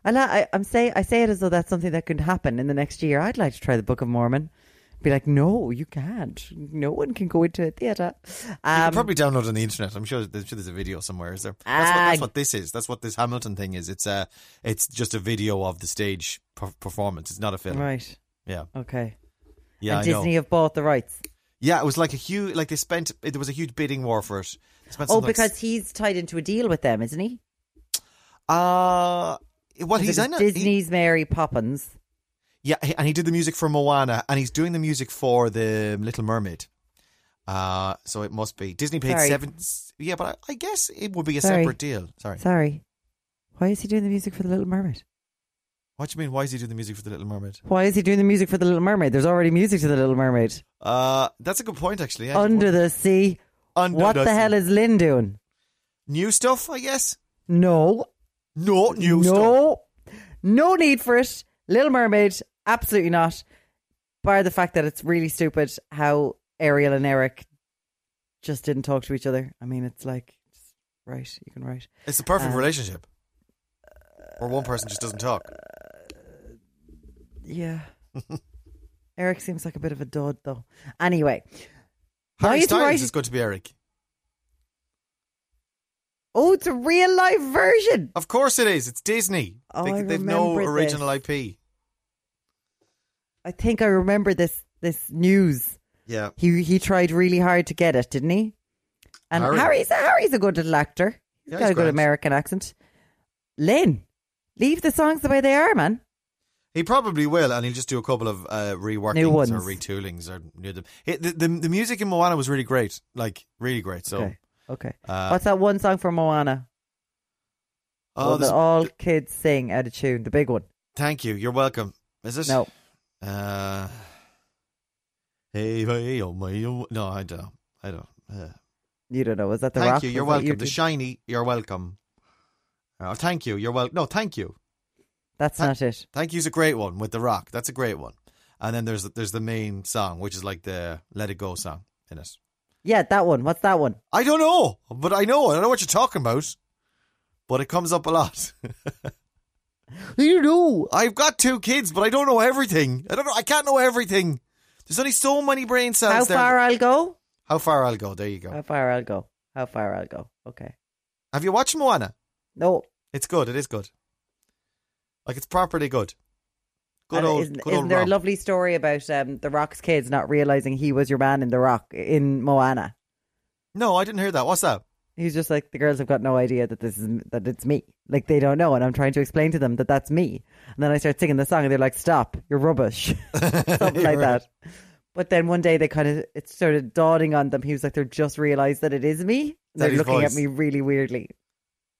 Speaker 3: I li- I, I'm say I say it as though that's something that could happen in the next year. I'd like to try the Book of Mormon. Be like, no, you can't. No one can go into a theater.
Speaker 2: You
Speaker 3: Um,
Speaker 2: can probably download on the internet. I'm sure, I'm sure there's a video somewhere. Is there? That's, what,
Speaker 3: Ah.
Speaker 2: that's what this is. That's what this Hamilton thing is. It's a, it's just a video of the stage per- performance. It's not a film.
Speaker 3: right?
Speaker 2: Yeah,
Speaker 3: Okay.
Speaker 2: yeah,
Speaker 3: and
Speaker 2: I
Speaker 3: Disney
Speaker 2: know.
Speaker 3: have bought the rights.
Speaker 2: Yeah, it was like a huge, like they spent. It, there was a huge bidding war for it. They spent
Speaker 3: Oh,
Speaker 2: something like
Speaker 3: because
Speaker 2: s-
Speaker 3: he's tied into a deal with them, isn't he?
Speaker 2: uh well, he's
Speaker 3: Because
Speaker 2: I know, he-
Speaker 3: Disney's Mary Poppins.
Speaker 2: yeah, he- and he did the music for Moana, and he's doing the music for the Little Mermaid. Uh so it must be Disney paid
Speaker 3: Sorry.
Speaker 2: seven. Yeah, but I, I guess it would be a
Speaker 3: Sorry.
Speaker 2: separate deal. Sorry.
Speaker 3: Sorry, why is he doing the music for the Little Mermaid?
Speaker 2: What do you mean? Why is he doing the music for The Little Mermaid?
Speaker 3: Why is he doing the music for The Little Mermaid? There's already music to The Little Mermaid.
Speaker 2: Uh, that's a good point, actually. yeah.
Speaker 3: Under the sea.
Speaker 2: Under
Speaker 3: what
Speaker 2: the
Speaker 3: the hell
Speaker 2: sea.
Speaker 3: is Lynn doing?
Speaker 2: new stuff? I guess.
Speaker 3: No.
Speaker 2: No new stuff.
Speaker 3: no. No need for it. Little Mermaid, absolutely not. Bar the fact that it's really stupid how Ariel and Eric just didn't talk to each other. I mean, it's like, it's right, you can write.
Speaker 2: It's the perfect
Speaker 3: Uh,
Speaker 2: relationship, where one person just doesn't talk.
Speaker 3: Yeah. Eric seems like a bit of a dud, though. Anyway. why
Speaker 2: Harry
Speaker 3: is he
Speaker 2: Styles
Speaker 3: writing-
Speaker 2: is going to be Eric.
Speaker 3: Oh, it's a real life version.
Speaker 2: Of course it is. It's Disney.
Speaker 3: Oh,
Speaker 2: they,
Speaker 3: I
Speaker 2: they've no
Speaker 3: remember
Speaker 2: original
Speaker 3: this.
Speaker 2: IP.
Speaker 3: I think I remember this this news.
Speaker 2: Yeah.
Speaker 3: He he tried really hard to get it, didn't he? And
Speaker 2: Harry.
Speaker 3: Harry's Harry's a good little actor. He's
Speaker 2: Yeah,
Speaker 3: got
Speaker 2: he's
Speaker 3: a good
Speaker 2: grand.
Speaker 3: American accent. Lynn, leave the songs the way they are, man.
Speaker 2: He probably will, and he'll just do a couple of uh, reworkings
Speaker 3: New ones.
Speaker 2: or retoolings or new. The, it- the, the the music in Moana was really great, like really great. So,
Speaker 3: Okay. Okay.
Speaker 2: uh,
Speaker 3: What's that one song from Moana?
Speaker 2: oh,
Speaker 3: Oh,
Speaker 2: this-
Speaker 3: that all kids sing out of tune. The big one.
Speaker 2: thank you. You're welcome. Is it?
Speaker 3: No.
Speaker 2: Uh, hey, hey, oh my, oh, no, I don't. I don't. Uh,
Speaker 3: You don't know. Is that the
Speaker 2: thank
Speaker 3: rock?
Speaker 2: you.
Speaker 3: Is
Speaker 2: You're
Speaker 3: that
Speaker 2: welcome.
Speaker 3: you
Speaker 2: the
Speaker 3: do?
Speaker 2: shiny. You're welcome. Uh, thank you. You're welcome. No, thank you.
Speaker 3: That's
Speaker 2: Tha-
Speaker 3: not it.
Speaker 2: Thank you's a great one with the rock. That's a great one. And then there's there's the main song, which is like the Let It Go song in it.
Speaker 3: Yeah, that one. What's that one?
Speaker 2: I don't know, but I know. I don't know what you're talking about, but it comes up a lot. *laughs*
Speaker 3: You know.
Speaker 2: I've got two kids, but I don't know everything. I don't know. I can't know everything. There's only so many brain cells.
Speaker 3: How
Speaker 2: there.
Speaker 3: far Uh, I'll go?
Speaker 2: How far I'll go? There you go.
Speaker 3: How far I'll go? How far I'll go? Okay.
Speaker 2: Have you watched Moana?
Speaker 3: No.
Speaker 2: It's good. It is good. Like it's properly good. Good
Speaker 3: And
Speaker 2: old.
Speaker 3: isn't,
Speaker 2: good
Speaker 3: isn't
Speaker 2: old
Speaker 3: there
Speaker 2: romp.
Speaker 3: a lovely story about um, the Rock's kids not realizing he was your man in the Rock in Moana?
Speaker 2: No, I didn't hear that. What's that? *laughs*
Speaker 3: He's just like the girls have got no idea that this is that it's me. Like they don't know, and I'm trying to explain to them that that's me. And then I start singing the song, and they're like, "Stop!
Speaker 2: *laughs*
Speaker 3: You're rubbish." *laughs* Something like that. But then one day they kind of it started dawning on them. He was like, "They're just realized that it is me." And
Speaker 2: That
Speaker 3: they're
Speaker 2: his
Speaker 3: looking
Speaker 2: voice.
Speaker 3: at me really weirdly.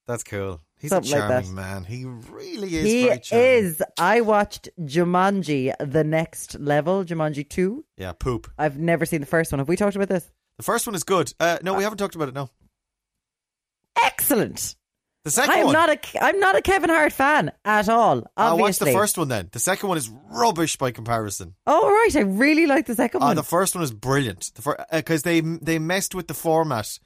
Speaker 2: That's cool. He's
Speaker 3: Something
Speaker 2: a
Speaker 3: like that.
Speaker 2: charming man. He really is.
Speaker 3: He
Speaker 2: very charming.
Speaker 3: is. I watched Jumanji: The Next Level, Jumanji Two.
Speaker 2: Yeah, poop.
Speaker 3: I've never seen the first one. Have we talked about this?
Speaker 2: The first one is good. Uh, no, we haven't talked about it. No,
Speaker 3: Excellent.
Speaker 2: the second
Speaker 3: I am
Speaker 2: one.
Speaker 3: not a I'm not a Kevin Hart fan at all. Obviously.
Speaker 2: I watched the first one then. The second one is rubbish by comparison.
Speaker 3: Oh right, I really like the second
Speaker 2: Ah,
Speaker 3: one.
Speaker 2: the first one is brilliant. The because they they messed with the format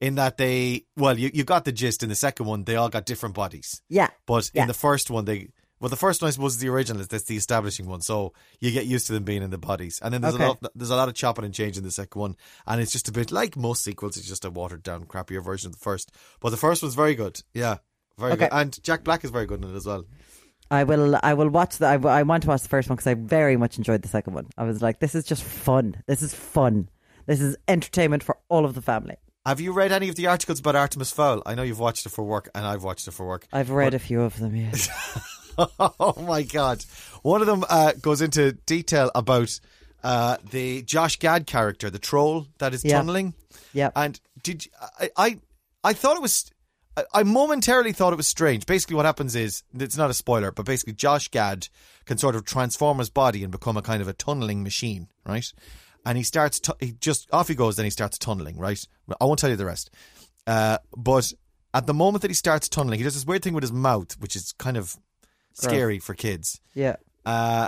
Speaker 2: in that they well you, you got the gist. In the second one, they all got different bodies,
Speaker 3: yeah,
Speaker 2: but
Speaker 3: Yeah.
Speaker 2: in the first one they. Well, the first one I suppose is the original. That's the establishing one, so you get used to them being in the bodies. And then there's a
Speaker 3: Okay.
Speaker 2: lot, there's a lot of chopping and changing in the second one, and it's just a bit like most sequels. It's just a watered down, crappier version of the first. But the first one's very good, yeah, very
Speaker 3: Okay.
Speaker 2: good. And Jack Black is very good in it as well.
Speaker 3: I will. I will watch the. I, w- I want to watch the first one because I very much enjoyed the second one. I was like, this is just fun. This is fun. This is entertainment for all of the family.
Speaker 2: Have you read any of the articles about Artemis Fowl? I know you've watched it for work, and I've watched it for work. *laughs*
Speaker 3: I've read a few of them. Yeah.
Speaker 2: oh my god! One of them uh, goes into detail about uh, the Josh Gad character, the troll that is
Speaker 3: Yeah.
Speaker 2: tunneling.
Speaker 3: yeah.
Speaker 2: And did you- I? I, I thought it was. I- I momentarily thought it was strange. Basically, what happens is it's not a spoiler, but basically, Josh Gad can sort of transform his body and become a kind of a tunneling machine, right? And he starts. Tu- he just off he goes. Then he starts tunneling, right? I won't tell you the rest. Uh, but at the moment that he starts tunneling, he does this weird thing with his mouth, which is kind of scary for kids
Speaker 3: yeah.
Speaker 2: uh,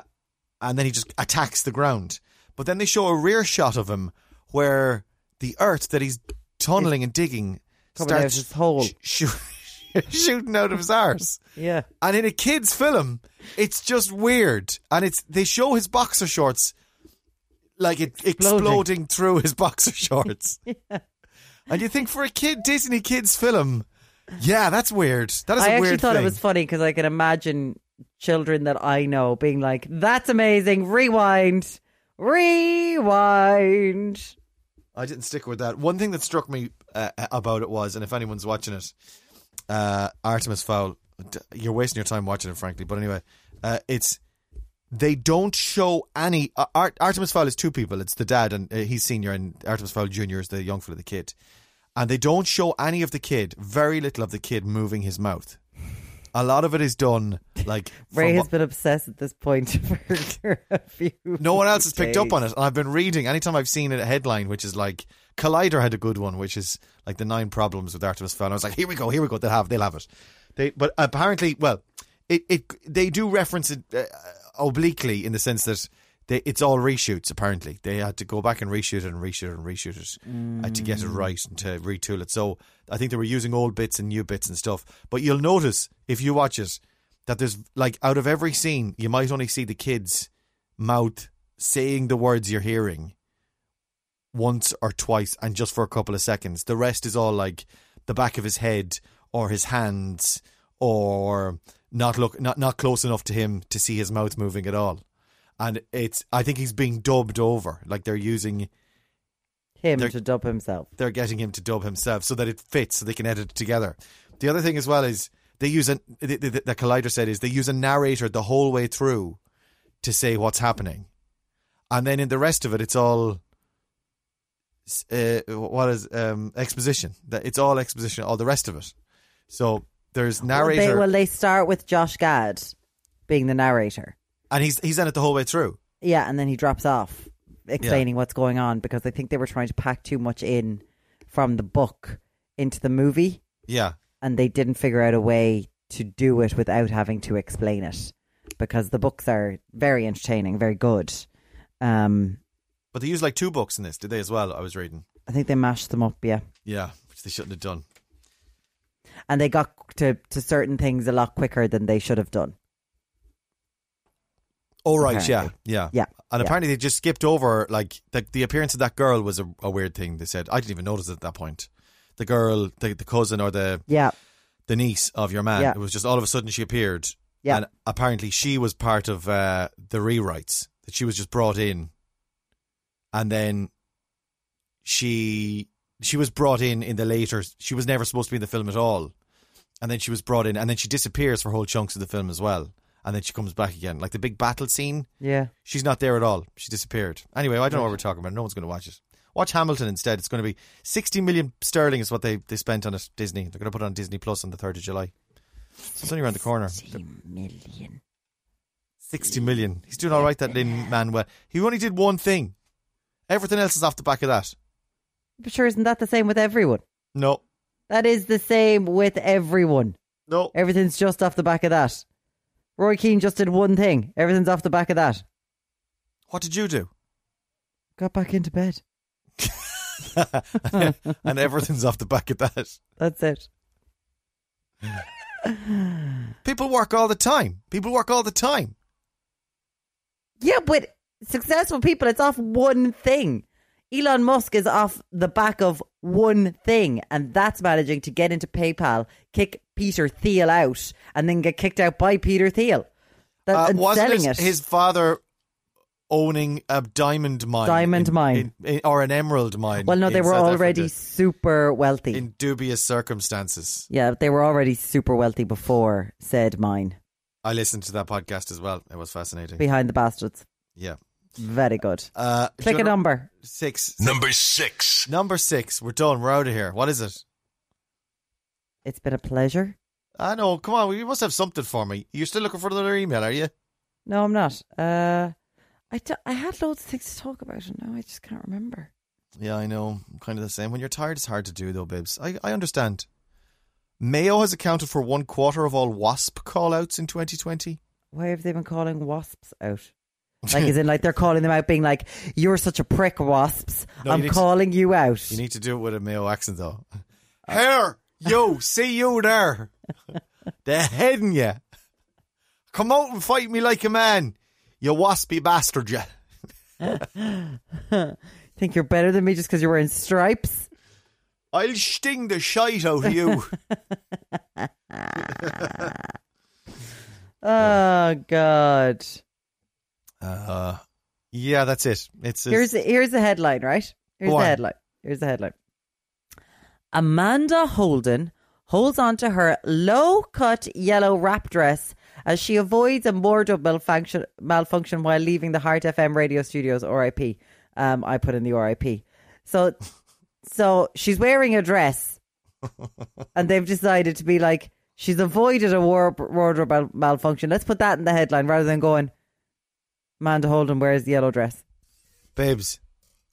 Speaker 2: and then he just attacks the ground. But then they show a rear shot of him where the earth that he's tunneling and digging
Speaker 3: Coming out of
Speaker 2: starts
Speaker 3: his hole.
Speaker 2: sh- sh- *laughs* shooting out of his arse.
Speaker 3: Yeah.
Speaker 2: And in a kid's film, it's just weird. And it's they show his boxer shorts like it exploding,
Speaker 3: Exploding.
Speaker 2: through his *laughs*
Speaker 3: *laughs*
Speaker 2: boxer shorts. And you think for a kid Disney kids film, yeah, that's weird. That is
Speaker 3: I
Speaker 2: a
Speaker 3: actually
Speaker 2: weird
Speaker 3: thought
Speaker 2: thing.
Speaker 3: it was funny because I can imagine children that I know being like, "That's amazing! Rewind, rewind."
Speaker 2: I didn't stick with that. One thing that struck me uh, about it was, and if anyone's watching it, uh, Artemis Fowl, d- you're wasting your time watching it, frankly. But anyway, uh, it's they don't show any. Ar- Ar- Artemis Fowl is two people. It's the dad, and uh, he's senior, and Artemis Fowl Junior is the young fella, the kid. And they don't show any of the kid, very little of the kid moving his mouth. a lot of it is done like from
Speaker 3: Ray
Speaker 2: what-
Speaker 3: has been obsessed at this point *laughs* for a few.
Speaker 2: no one
Speaker 3: *laughs*
Speaker 2: else has picked up
Speaker 3: days.
Speaker 2: on it. And I've been reading anytime I've seen a headline, which is like Collider had a good one, which is like the nine problems with Artemis Fowl. And I was like, here we go, here we go. They'll have, they'll have it. They, but apparently, well, it, it they do reference it uh, obliquely in the sense that they, it's all reshoots. Apparently, they had to go back and reshoot it and reshoot it and reshoot it uh, to get it right and to retool it. So I think they were using old bits and new bits and stuff. But you'll notice if you watch it that there's like out of every scene, you might only see the kids' mouth saying the words you're hearing once or twice and just for a couple of seconds. The rest is all like the back of his head or his hands or not look not not close enough to him to see his mouth moving at all. And it's I think he's being dubbed over. Like they're using
Speaker 3: him
Speaker 2: They're-
Speaker 3: to dub himself.
Speaker 2: they're getting him to dub himself so that it fits so they can edit it together. The other thing as well is they use a the, the, the collider said is they use a narrator the whole way through to say what's happening, and then in the rest of it it's all s- uh, what is um, exposition. That it's all exposition. All the rest of it. So there's narrator,
Speaker 3: They, well, they start with Josh Gad being the narrator.
Speaker 2: and he's he's in it the whole way through.
Speaker 3: Yeah, and then he drops off explaining what's going on because I think they were trying to pack too much in from the book into the movie
Speaker 2: Yeah,
Speaker 3: and they didn't figure out a way to do it without having to explain it because the books are very entertaining, very good. Um,
Speaker 2: but they use like two books in this, did they as well? I was reading.
Speaker 3: I think they mashed them up, yeah.
Speaker 2: Yeah, which they shouldn't have done.
Speaker 3: And they got to, to certain things a lot quicker than they should have done.
Speaker 2: Oh right, yeah,
Speaker 3: Apparently.
Speaker 2: yeah,
Speaker 3: Yeah,
Speaker 2: And
Speaker 3: yeah.
Speaker 2: apparently they just skipped over like the, the appearance of that girl was a, a weird thing. They said I didn't even notice it at that point. The girl, the, the cousin or the
Speaker 3: Yeah,
Speaker 2: the niece of your man.
Speaker 3: Yeah.
Speaker 2: It was just all of a sudden she appeared.
Speaker 3: Yeah.
Speaker 2: and apparently she was part of uh, the rewrites that she was just brought in, and then she she was brought in in the later. She was never supposed to be in the film at all, and then she was brought in, and then she disappears for whole chunks of the film as well, and then she comes back again, like the big battle scene.
Speaker 3: yeah.
Speaker 2: She's not there at all. She disappeared. Anyway, I don't know what we're talking about. No one's going to watch it. Watch Hamilton instead. It's going to be 60 million sterling is what they, they spent on it, Disney. They're going to put it on Disney Plus on the 3rd of July. It's only around the corner.
Speaker 3: 60 million.
Speaker 2: 60 million. He's doing all right, that Lin Manuel. He only did one thing. Everything else is off the back of that.
Speaker 3: But sure, isn't that the same with everyone?
Speaker 2: No.
Speaker 3: That is the same with everyone.
Speaker 2: No.
Speaker 3: Everything's just off the back of that. Roy Keane just did one thing. Everything's off the back of that.
Speaker 2: What did you do? *laughs*
Speaker 3: Got back into bed.
Speaker 2: and everything's off the back of that.
Speaker 3: That's it.
Speaker 2: People work all the time. People work all the time.
Speaker 3: Yeah, but successful people, it's off one thing. Elon Musk is off the back of one thing, and that's managing to get into PayPal, kick Peter Thiel out, and then get kicked out by Peter Thiel. That,
Speaker 2: Uh,
Speaker 3: and
Speaker 2: wasn't
Speaker 3: selling
Speaker 2: his,
Speaker 3: it.
Speaker 2: his father owning a diamond mine?
Speaker 3: Diamond
Speaker 2: in-
Speaker 3: mine.
Speaker 2: in- in- or an emerald mine?
Speaker 3: well, no,
Speaker 2: in
Speaker 3: they were
Speaker 2: South
Speaker 3: already
Speaker 2: Africa
Speaker 3: super wealthy.
Speaker 2: in dubious circumstances.
Speaker 3: yeah, they were already super wealthy before said mine.
Speaker 2: I listened to that podcast as well. It was fascinating.
Speaker 3: Behind the Bastards.
Speaker 2: Yeah.
Speaker 3: Very good.
Speaker 2: Uh, do you
Speaker 3: Click a
Speaker 2: wanna-
Speaker 3: number.
Speaker 2: Six.
Speaker 4: Number six.
Speaker 2: Number six. We're done. We're out of here. What is it?
Speaker 3: It's been a pleasure.
Speaker 2: I know. Come on. You must have something for me. You're still looking for another email, are you?
Speaker 3: No, I'm not. Uh, I, do- I had loads of things to talk about, and now I just can't remember.
Speaker 2: Yeah, I know. I'm kind of the same. When you're tired, it's hard to do, though, babes. I, I understand. Mayo has accounted for one quarter of all wasp call outs in 2020.
Speaker 3: Why have they been calling wasps
Speaker 2: *laughs*
Speaker 3: out? Like, as in, like they're calling them out, being like, "You're such a prick, wasps.
Speaker 2: No, you
Speaker 3: I'm
Speaker 2: need to-
Speaker 3: calling you out."
Speaker 2: You need to do it with a Mayo accent, though.
Speaker 3: Uh,
Speaker 2: Here, you, see you there. They're heading you. Come out and fight me like a man, you waspy bastard, you.
Speaker 3: Think you're better than me just because you're wearing stripes?
Speaker 2: I'll sting the shite out of
Speaker 3: *laughs*
Speaker 2: you.
Speaker 3: Oh God!
Speaker 2: uh, yeah, that's it. It's it's-
Speaker 3: Here's here's the headline, right? Here's
Speaker 2: Go
Speaker 3: the
Speaker 2: on.
Speaker 3: headline. Here's the headline. Amanda Holden holds on to her low-cut yellow wrap dress as she avoids a wardrobe malfunction, malfunction while leaving the Heart FM radio studios. R.I.P. Um, I put in the R.I.P. So,
Speaker 2: *laughs*
Speaker 3: so she's wearing a dress, and they've decided to be like She's avoided a war- wardrobe mal- malfunction. Let's put that in the headline rather than going, Amanda Holden wears the yellow dress.
Speaker 2: Babes,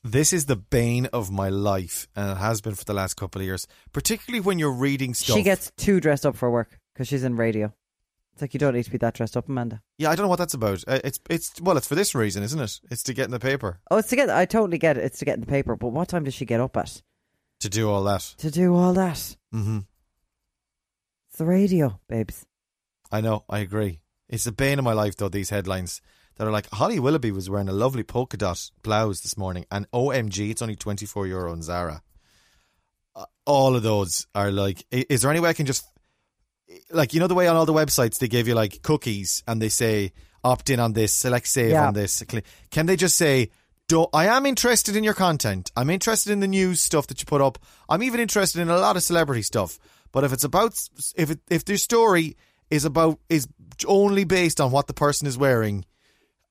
Speaker 2: this is the bane of my life, and it has been for the last couple of years, particularly when you're reading stuff.
Speaker 3: She gets too dressed up for work because she's in radio. It's like you don't need to be that dressed up, Amanda.
Speaker 2: Yeah, I don't know what that's about. Uh, It's it's well, it's for this reason, isn't it? It's to get in the paper
Speaker 3: Oh, it's to get. I totally get it. It's to get in the paper. But what time does she get up at
Speaker 2: to do all that.
Speaker 3: to do all that?
Speaker 2: hmm
Speaker 3: It's the radio, babes.
Speaker 2: I know, I agree. It's the bane of my life, though. These headlines that are like Holly Willoughby was wearing a lovely polka dot blouse this morning, and OMG, it's only twenty four euro on Zara. Uh, All of those are like, i- is there any way I can just like you know the way on all the websites they give you like cookies and they say opt in on this, select save
Speaker 3: Yeah.
Speaker 2: on this. cli- Can they just say? do I am interested in your content. I'm interested in the news stuff that you put up. I'm even interested in a lot of celebrity stuff. But if it's about s- if it, if their story is about is only based on what the person is wearing,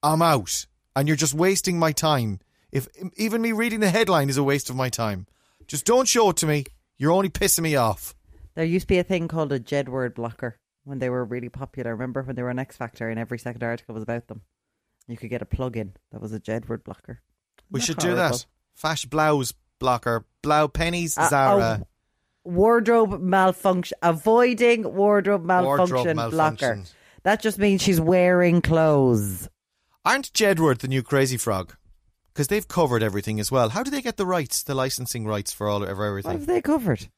Speaker 2: I'm out, and you're just wasting my time. If even me reading the headline is a waste of my time, just don't show it to me. You're only pissing me off.
Speaker 3: There used to be a thing called a Jed word blocker when they were really popular. Remember when they were an X Factor and every second article was about them? You could get a plug-in that was a Jed word blocker.
Speaker 2: We
Speaker 3: Isn't
Speaker 2: should
Speaker 3: that
Speaker 2: do that.
Speaker 3: horrible?
Speaker 2: Fash blouse blocker, blow pennies,
Speaker 3: Uh,
Speaker 2: Zara.
Speaker 3: oh, wardrobe malfunction, avoiding
Speaker 2: Wardrobe
Speaker 3: wardrobe malfunction, blocker.
Speaker 2: malfunction.
Speaker 3: That just means she's wearing clothes.
Speaker 2: Aren't Jedward the new Crazy Frog? Because they've covered everything as well. How do they get the rights, the licensing rights for all of
Speaker 3: What
Speaker 2: everything?
Speaker 3: have they covered?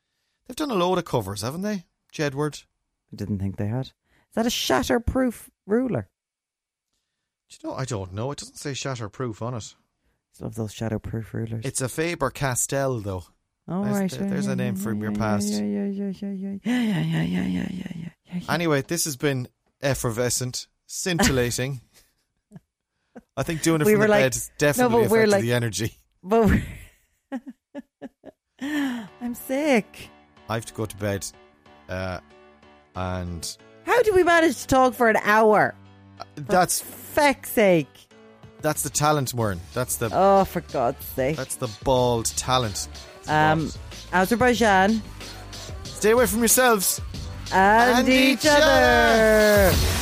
Speaker 2: They've done a load of covers, haven't they? Jedward.
Speaker 3: I didn't think they had. Is that a shatterproof ruler?
Speaker 2: Do you know? I don't know. It doesn't say shatterproof on it.
Speaker 3: Just love those shatterproof rulers.
Speaker 2: It's a Faber Castell, though.
Speaker 3: All
Speaker 2: there's-
Speaker 3: right,
Speaker 2: there- there's a name from your past.
Speaker 3: Yeah, yeah, yeah, yeah, yeah, yeah, yeah, yeah, yeah, yeah, yeah, yeah, yeah, yeah.
Speaker 2: Anyway, this has been effervescent, scintillating. I think doing it
Speaker 3: We
Speaker 2: from
Speaker 3: were
Speaker 2: the
Speaker 3: like-
Speaker 2: bed definitely
Speaker 3: we're
Speaker 2: affected
Speaker 3: like-
Speaker 2: the energy.
Speaker 3: But we're- *laughs* I'm sick.
Speaker 2: I have to go to bed, uh, and uh,
Speaker 3: How do we manage to talk for an hour?
Speaker 2: that's
Speaker 3: Feck's sake!
Speaker 2: that's the talent, Warren. That's the
Speaker 3: Oh, for God's sake!
Speaker 2: that's the bald talent.
Speaker 3: Um, Azerbaijan
Speaker 2: Stay away from yourselves.
Speaker 3: and, each other.